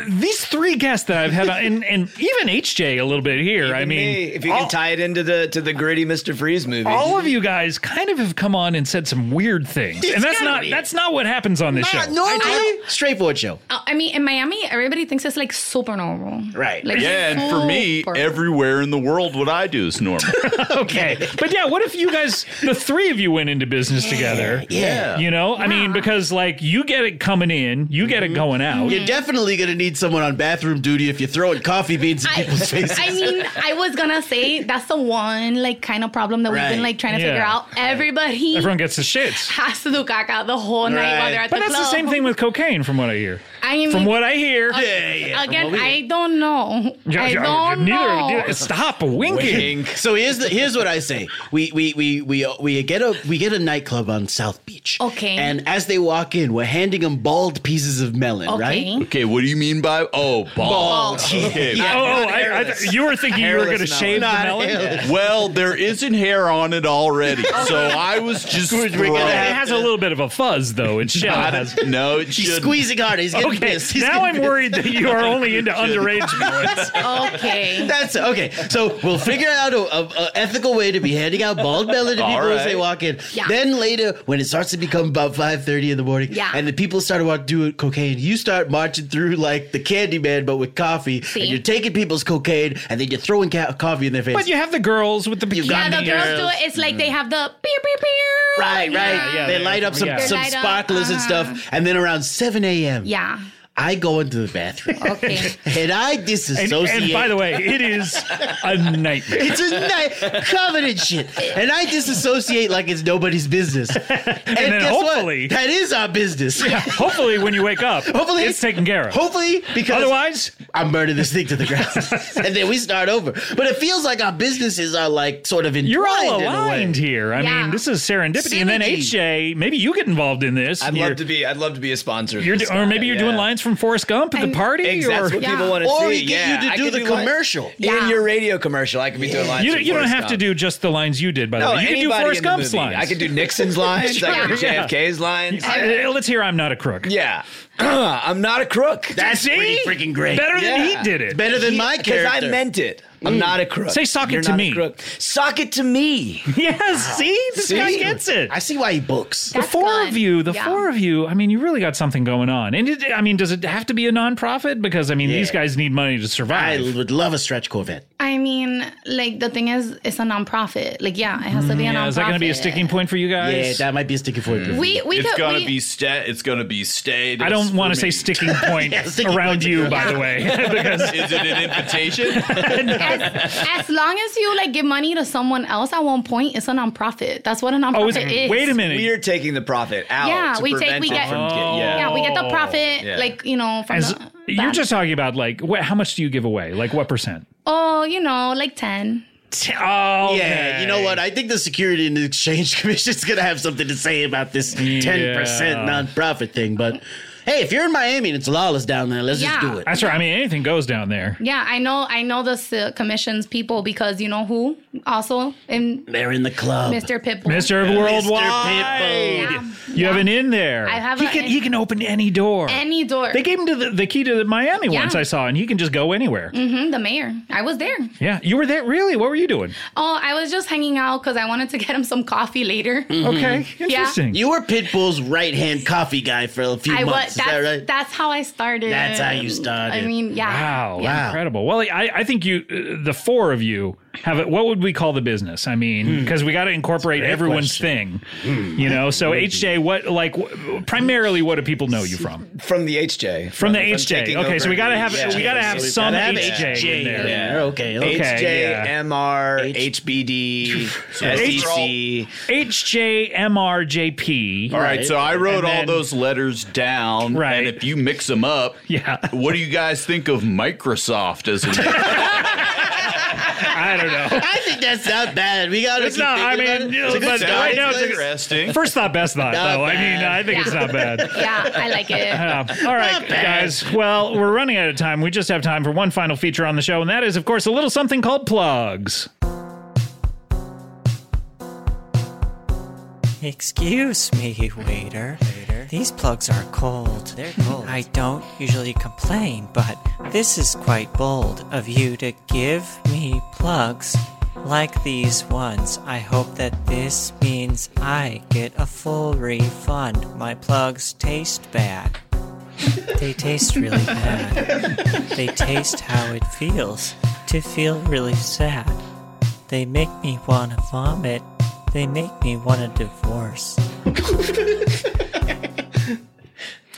B: these three guests that I've had, on- and, and even HJ a little bit here. I mean,
C: if you can tie it into the to the gritty Mr. Freeze movie,
B: Oh. all of you guys kind of have come on and said some weird things,
C: It's
B: and that's
C: gotta
B: not
C: be.
B: that's not what happens on this show.
E: normally straightforward show.
K: Uh, I mean, in Miami, everybody thinks it's like super normal.
E: Right.
K: Like,
F: yeah, and for me,
K: super-
F: everywhere in the world, what I do is normal.
B: okay, but yeah, what if you guys, the three of you, went into business together?
E: yeah.
B: you know, I mean, because like you get it coming in, you get it going out.
E: You're definitely gonna need someone on bathroom duty if you're throwing coffee beans in people's faces.
K: I mean, I was gonna say that's the one like kind of problem that we've
E: Right.
K: been like trying to
B: Yeah.
K: figure out. Everybody
B: Everyone gets the shits.
K: has to do caca the whole Mm-hmm. night while they're at
B: but
K: the
B: that's
K: club.
B: the same thing with cocaine, from what I hear.
K: I mean,
B: from what I hear.
K: Ag- Again, I don't know.
B: Yeah,
K: I
B: yeah,
K: don't
B: neither-
K: know.
B: neither- Stop winking.
E: So here's the here's what I say. We we we we we get a we get a nightclub on South Beach.
K: Okay.
E: And as they walk in, we're handing them bald pieces of melon, right?
F: Okay, what do you mean by oh bald?
E: Bald.
F: Okay.
E: Yeah,
B: Oh, oh, I- I- you were thinking you were
F: Hairless
B: gonna shave
F: melon.
B: the melon? Yeah.
F: Well, there isn't hair on it already, so I was just.
B: It
F: thrown.
B: has a little bit of a fuzz, though. It's shell.
F: I
B: has-
F: don't- no, it
B: He's
F: shouldn't.
B: squeezing
E: hard. He's getting
B: Okay,
E: pissed. He's
B: now
E: getting
B: I'm worried that you are only into underage boys.
K: okay.
E: That's okay. So we'll figure out a, a, a ethical way to be handing out bald melon to
F: All
E: people as they
F: right.
E: walk in.
K: Yeah.
E: Then later, when it starts to become about five thirty in the morning,
K: Yeah.
E: and the people start to walk doing cocaine, you start marching through like the candy man, but with coffee,
K: See?
E: and you're taking people's cocaine, and then you're throwing ca- coffee in their face.
B: But you have the girls with the bikini.
K: Yeah, the girls do it. It's like they have the pew pew pew.
E: Right, right.
K: Yeah.
E: they light up some,
B: Mm. Yeah.
E: some
K: Light up, uh, uh-huh.
E: sparklers and stuff. And then around 7 a.m.,
K: Yeah.
E: I go into the bathroom
K: Okay.
E: and I
B: And,
E: disassociate.
B: and by the way, it is a nightmare.
E: it's a night covered in shit. And I disassociate like it's nobody's business. And,
B: then
E: guess
B: hopefully-
E: what? That is our business.
B: Hopefully, when you wake up,
E: Hopefully-
B: it's taken care of.
E: Hopefully, because
B: Otherwise,
E: I murder this thing to the ground, and then we start over. But it feels like our businesses are like sort of entwined.
B: you're all
E: in a way.
B: aligned here. I
K: Yeah.
B: mean, this is serendipity. And then
E: Synergy.
B: HJ, maybe you get involved in this.
C: I'd
B: You're-
C: love to be. I'd love to be a sponsor. of
B: You're
C: this
B: do- or maybe
C: guy,
B: you're doing
C: yeah.
B: lines from Forrest Gump at
K: And-
B: the party,
C: Ex- That's
B: or
C: what
K: Yeah.
C: people want to
E: Or
C: see.
E: we get
C: yeah,
E: you to
C: I
E: do
C: could
E: the
C: lines-
E: commercial.
K: Yeah.
C: Even your radio commercial, I could be doing lines.
B: you,
C: from
B: you don't
C: Forrest
B: have to
C: Gump.
B: do just the lines you did. By the
C: No,
B: way, you can do
C: anybody
B: Forrest
C: in the
B: Gump's
C: movie.
B: lines.
C: I could do Nixon's lines. I could do
B: Yeah.
C: JFK's lines.
B: I- I- let's hear I'm not a crook.
C: yeah, I'm not a crook.
E: That's
B: See?
E: pretty freaking great.
B: Better than
C: Yeah.
B: he did it.
E: Better than my
C: because
E: character.
C: I meant it. I'm not a crook.
B: Say, "Sock it
C: You're
B: to
C: not a
B: me."
C: crook. Sock it to me.
B: Yes. See, this guy
C: See?
B: gets it.
E: I see why he books.
B: the
K: That's
B: four
K: fun.
B: of you, the
K: Yeah.
B: four of you. I mean, you really got something going on. And it, I mean, does it have to be a nonprofit? Because I mean, these guys need money to
E: I
B: survive.
E: would love a stretch Corvette.
K: I mean, like the thing is, it's a nonprofit. Like, yeah, it has to be a
B: Mm, yeah,
K: nonprofit.
B: is that going to be a sticking point for you
E: Yeah,
B: guys?
E: that might be a sticky point.
K: We we
F: It's
K: could
F: gonna
K: we,
F: be sta It's gonna be stayed.
B: I don't
F: for
B: want
F: me.
B: to say sticking point
E: sticking
B: around
E: point.
B: you, by the way, because
F: Is it an invitation?
K: as, as long as you like give money to someone else at one point, it's a nonprofit. That's what a nonprofit
B: oh, is
K: is.
B: it, wait a minute.
C: We're taking the profit out.
K: Yeah,
C: to
K: we take-
C: prevent
K: we
C: it
K: get-
C: from get-
B: Oh.
C: yeah.
K: Yeah, we get the profit,
C: Yeah.
K: like you know, from
B: As-
K: the,
B: you're just talking about like what, how much do you give away? Like what percent?
K: oh, you know, like ten.
B: Oh,
E: Yeah, you know what? I think the Security and Exchange Commission is going to have something to say about this 10% nonprofit thing. But hey, if you're in Miami and it's lawless down there, let's
K: Yeah.
E: just do it.
B: That's right. I mean, anything goes down there.
K: Yeah, I know. I know the uh, commissions people because you know who also in
E: They're in the club.
K: Mr. Pitbull.
B: Mr. Worldwide.
K: Yeah.
B: You have an in there.
K: I have
B: he
K: a-
B: can he can open any door.
K: Any door.
B: They gave him to the, the key to the Miami
K: Yeah.
B: once I saw, and he can just go anywhere.
K: hmm the mayor. I was there.
B: Yeah, you were there. Really? What were you doing?
K: Oh, I was just hanging out because I wanted to get him some coffee later.
E: Mm-hmm.
B: Okay, interesting.
E: You were Pitbull's right hand coffee guy for a few
K: I was.
E: months. Is
K: That's,
E: that right?
K: that's how I started.
E: That's how you started.
K: I mean, yeah.
B: Wow,
K: Yeah.
B: incredible. Well, I, I think you, uh, the four of you, have it. What would we call the business? I mean, because we got to incorporate
D: That's a great
B: everyone's
D: question.
B: thing, you know. So HJ, what like w- primarily what do people know you from?
C: From the HJ.
B: From the
C: taking
B: HJ. Okay,
C: over
B: so we gotta have
C: the-
B: we gotta have
C: So we've
B: some
C: gotta have
B: HJ, in there.
C: Yeah. HJ, MR, HBD, E SEC.
B: HJMRJP.
F: All right, so I wrote
B: And
F: all
B: then-
F: those letters down. Right. And if you mix them up,
B: yeah.
F: what do you guys think of Microsoft as a
B: I don't know.
E: I think that's not bad. We got to
B: It's
E: keep
B: not- I
E: thinking
B: mean,
E: about
B: you know,
E: it. It's a good
B: but
E: start.
B: right now
E: It's
B: it's
E: good.
F: interesting?
B: First thought, best thought,
E: Not
B: though. I mean,
E: bad.
B: I think it's
K: Yeah.
B: not bad.
K: Yeah, I like it.
B: Yeah. all right, guys. Well, we're running out of time. We just have time for one final feature on the show, and that is, of course, a little something called plugs.
L: Excuse me, waiter. These plugs are cold. They're cold. I don't usually complain, but this is quite bold of you to give me plugs like these ones. I hope that this means I get a full refund. My plugs taste bad. They taste really bad. They taste how it feels to feel really sad. They make me want to vomit. They make me want to divorce.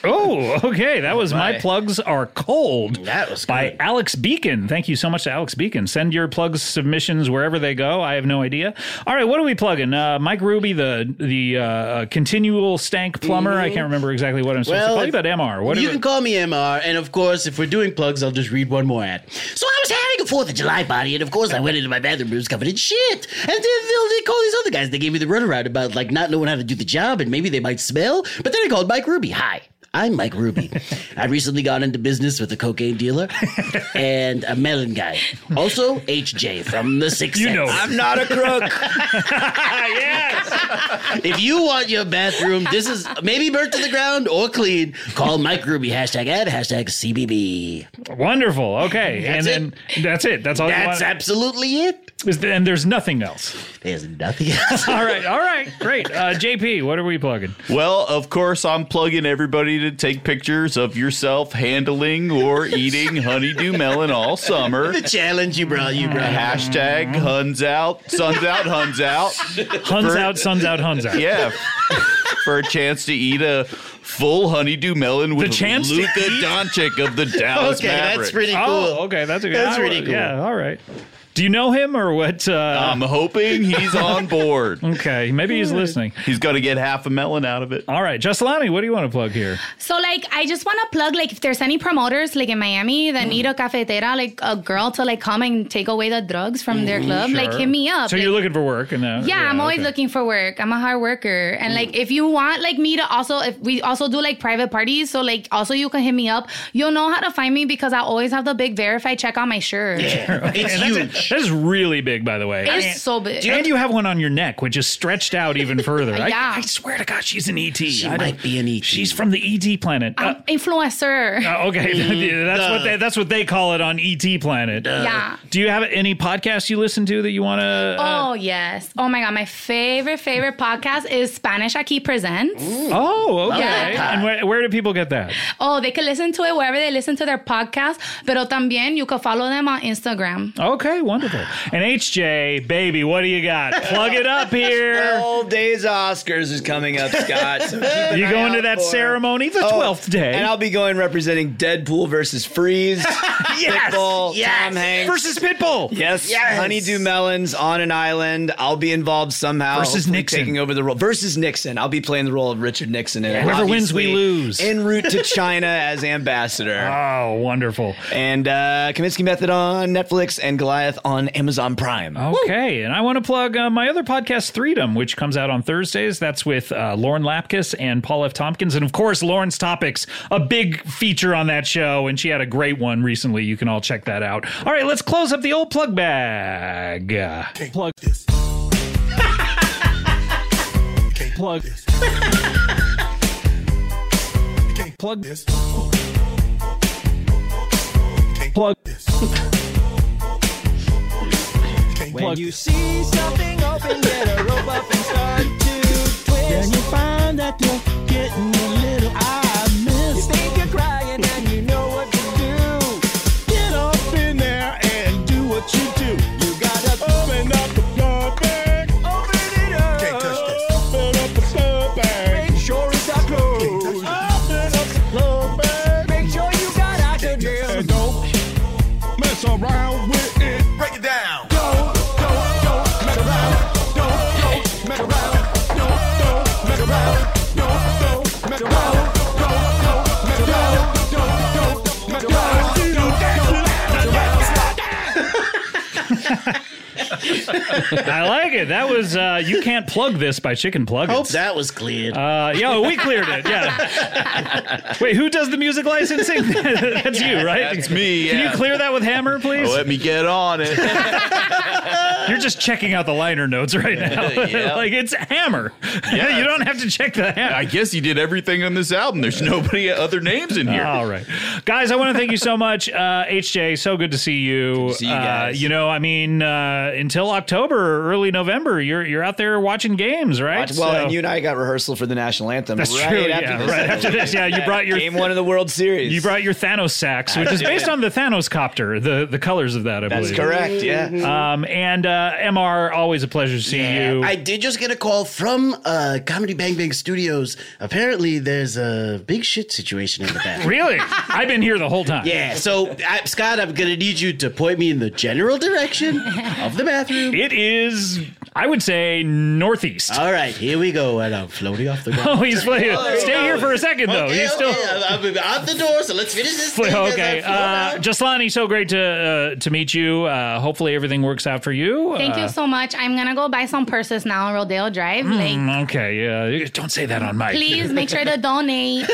B: Oh, okay. That was my.
L: My.
B: plugs are cold. That was by Alex Beacon. Thank you so much to Alex Beacon. Send your plugs submissions wherever they go. I have no idea. All right, what are we plugging? Uh, Mike Ruby, the the uh, continual stank plumber. I
E: Mhm.
B: can't remember exactly what I'm supposed
E: Well,
B: to call Mm-hmm. you, but MR. What are
E: you
B: we-
E: can call me MR, and of course, if we're doing plugs, I'll just read one more ad. So I was having a Fourth of July party, and of course, I went into my bathroom, it was covered in shit. And then they they called these other guys. They gave me the runaround about like not knowing how to do the job, and maybe they might smell. But then I called Mike Ruby. Hi. I'm Mike Ruby. I recently got into business with a cocaine dealer and a melon guy. Also, HJ from the Six
I: You
E: Sense.
I: know it. I'm not a crook.
E: If you want your bathroom, this is maybe burnt to the ground or clean. Call Mike Ruby. Hashtag ad. Hashtag CBB.
B: Wonderful. Okay,
E: That's
B: and then that's it. That's all. you
E: That's
B: want-
E: absolutely it.
B: Is the- and there's nothing else.
E: There's nothing
B: all right. All right. Great. Uh, JP, what are we plugging?
F: Well, of course, I'm plugging everybody to take pictures of yourself handling or eating honeydew melon all summer.
E: The challenge you brought, you brought.
F: Hashtag Huns out, Suns out, Huns out.
B: Huns out, Suns out, Huns out.
F: Yeah. For a chance to eat a full honeydew melon with
B: chance to
F: Luka Doncic of the Dallas
B: Okay, that's
F: Mavericks.
B: pretty cool. Oh, okay, that's a good- That's I pretty would- cool. yeah, all right. Do you know him or what? Uh... I'm
F: hoping he's on board.
B: okay, maybe he's listening.
F: He's going to get half a melon out of it.
B: All right, Jaslani, what do you want to plug here?
K: So like I just want to plug like if there's any promoters like in Miami
E: Mm.
K: that need a cafetera like a girl to like come and take away the drugs from their
E: Mm-hmm.
K: club like
B: Sure.
K: hit me up.
B: So
K: Like,
B: you're looking for work, and uh,
K: yeah, I'm always
B: okay.
K: looking for work. I'm a hard worker. And like if you want like me to also if we also do like private parties, so like also you can hit me up. You'll know how to find me because I always have the big verified check on my shirt.
B: Okay, and that's- That is really big, by the way.
K: It's
B: And-
K: so big.
B: and you have one on your neck, which is stretched out even further. I-
K: yeah.
B: I, swear to God, she's an ET.
K: She
B: I don't-
K: might
E: be an ET.
B: She's from the ET planet. Uh,
K: Influencer.
B: uh, okay, that's what they, that's what they call it on ET planet.
K: Yeah.
B: Do you have any podcasts you listen to that you want to?
K: oh yes. Oh my god, my favorite favorite podcast is Spanish Aquí Presents.
B: Oh, okay.
K: Yeah.
B: And where, where do people get that?
K: Oh, they can listen to it wherever they listen to their podcast, pero también you can follow them on Instagram.
B: Okay, wonderful. And HJ, baby, what do you got? Plug it up here.
C: 12 days Oscars is coming up, Scott. So keep an
B: You
C: eye
B: going
C: out
B: to that
C: for it.
B: ceremony the
C: Oh,
B: 12th day?
C: And I'll be going representing Deadpool versus Freeze,
B: Yes,
C: Pitbull,
B: yes.
C: Tom Hanks
B: Versus Pitbull.
C: Yes,
B: Yes.
C: Honeydew Melons on an island. I'll be involved somehow.
B: Versus
C: hopefully
B: Nixon.
C: taking over the role versus Nixon. I'll be playing the role of Richard Nixon. in it,
B: Whoever wins, we lose.
C: En route to China as ambassador.
B: Oh, wonderful!
C: And uh, Kaminsky Method on Netflix and Goliath on Amazon Prime.
B: Okay, and I want to plug uh, my other podcast, Freedom, which comes out on Thursdays. That's with uh, Lauren Lapkus and Paul F. Tompkins, and of course, Lauren's topics, a big feature on that show, and she had a great one recently. You can all check that out. All right, let's close up the old plug bag. Plug this. Plug this. Plug this. Plug this.
A: Plug.
J: you see something open, get a rope up and start to twist. Then you find that you're getting a little eye missed. You think you're crying and you know what to do. Get up in there and do what you do. You gotta. Oh,
C: I like it. That was uh, you can't plug this by Chicken Plug. Hope
E: that was cleared.
C: Uh, yeah, we cleared it. Yeah.
B: Oh,
C: Wait, who does the music licensing? That's you, right?
F: That's me,
C: Can you
F: yeah.
C: clear that with Hammer, please?
F: Oh, Let me get on it.
C: You're just checking out the liner notes right now.
F: Yeah.
C: like it's Hammer.
F: Yeah.
C: you don't have to check the Hammer.
F: I guess he did everything on this album. There's nobody other names in here.
C: All right, guys. I want to thank you so much, uh, HJ. So good to see you.
F: see you
C: Uh,
F: guys.
C: you know, I mean, uh, until October, or early November, you're you're out there watching games, right?
M: well,
C: So-
M: and you and I got rehearsal for the national anthem
C: That's
M: right
C: true.
M: after
C: yeah,
M: this.
C: right after this. Yeah, you brought your
M: game one of the World Series.
C: You brought your Thanos sax, which is based on the Thanos copter. The the colors of that, I
M: That's
C: believe.
M: correct,
E: Mm-hmm.
M: yeah.
C: Um, and uh, Mr. Always a pleasure to see you.
E: I did just get a call from uh, Comedy Bang Bang Studios. Apparently, there's a big shit situation in the back.
C: really? I've been here the whole time.
E: Yeah, so I, Scott, I'm gonna need you to point me in the general direction of the bathroom.
C: It is, I would say, northeast.
E: All right, here we go, and I'm floating off the ground.
C: Oh, he's playing. Stay here for a second, though.
E: Okay,
C: He's still.
E: okay, I'm, I'm out the door, so let's finish this. Thing as I
C: okay,
E: float
C: uh, Jaslani, so great to uh, to meet you. Uh, hopefully, everything works out for you.
K: Thank
C: Uh,
K: you so much. I'm gonna go buy some purses now on Rodeo Drive. like,
C: mm, okay, yeah. Don't say that on
B: Mm.
C: mic.
K: please make sure to donate.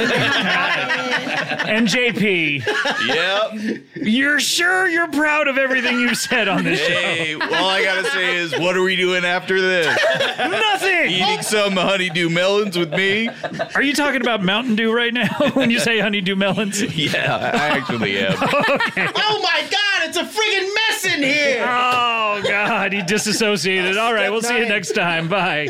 C: NJP.
F: Yep.
C: You're sure you're proud of everything you said on this
F: Hey, all I gotta say is, what are we doing after this?
C: show. Nothing.
F: Eating some honeydew melons with me?
C: Are you talking about Mountain Dew right now when you say honeydew melons?
F: Yeah, I actually am.
E: Oh my god, it's a friggin' mess in here!
C: Oh God, he disassociated. All right, we'll see you next time. Bye.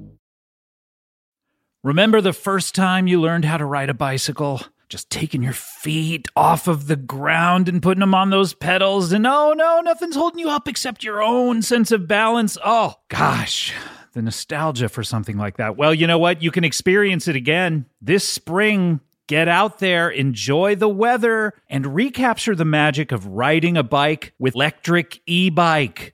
B: Remember the first time you learned how to ride a bicycle? Just taking your feet off of the ground and putting them on those pedals, and oh no, nothing's holding you up except your own sense of balance. Oh gosh, the nostalgia for something like that. Well, you know what? You can experience it again this spring. Get out there, enjoy the weather, and recapture the magic of riding a bike with electric e bike.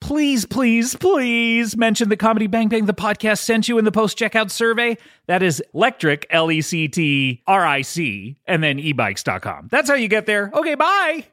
B: Please, please, please mention the Comedy Bang Bang the podcast sent you in the post checkout survey. That is electric, L E C T R I C, and then ebikes.com. That's how you get there. Okay, bye.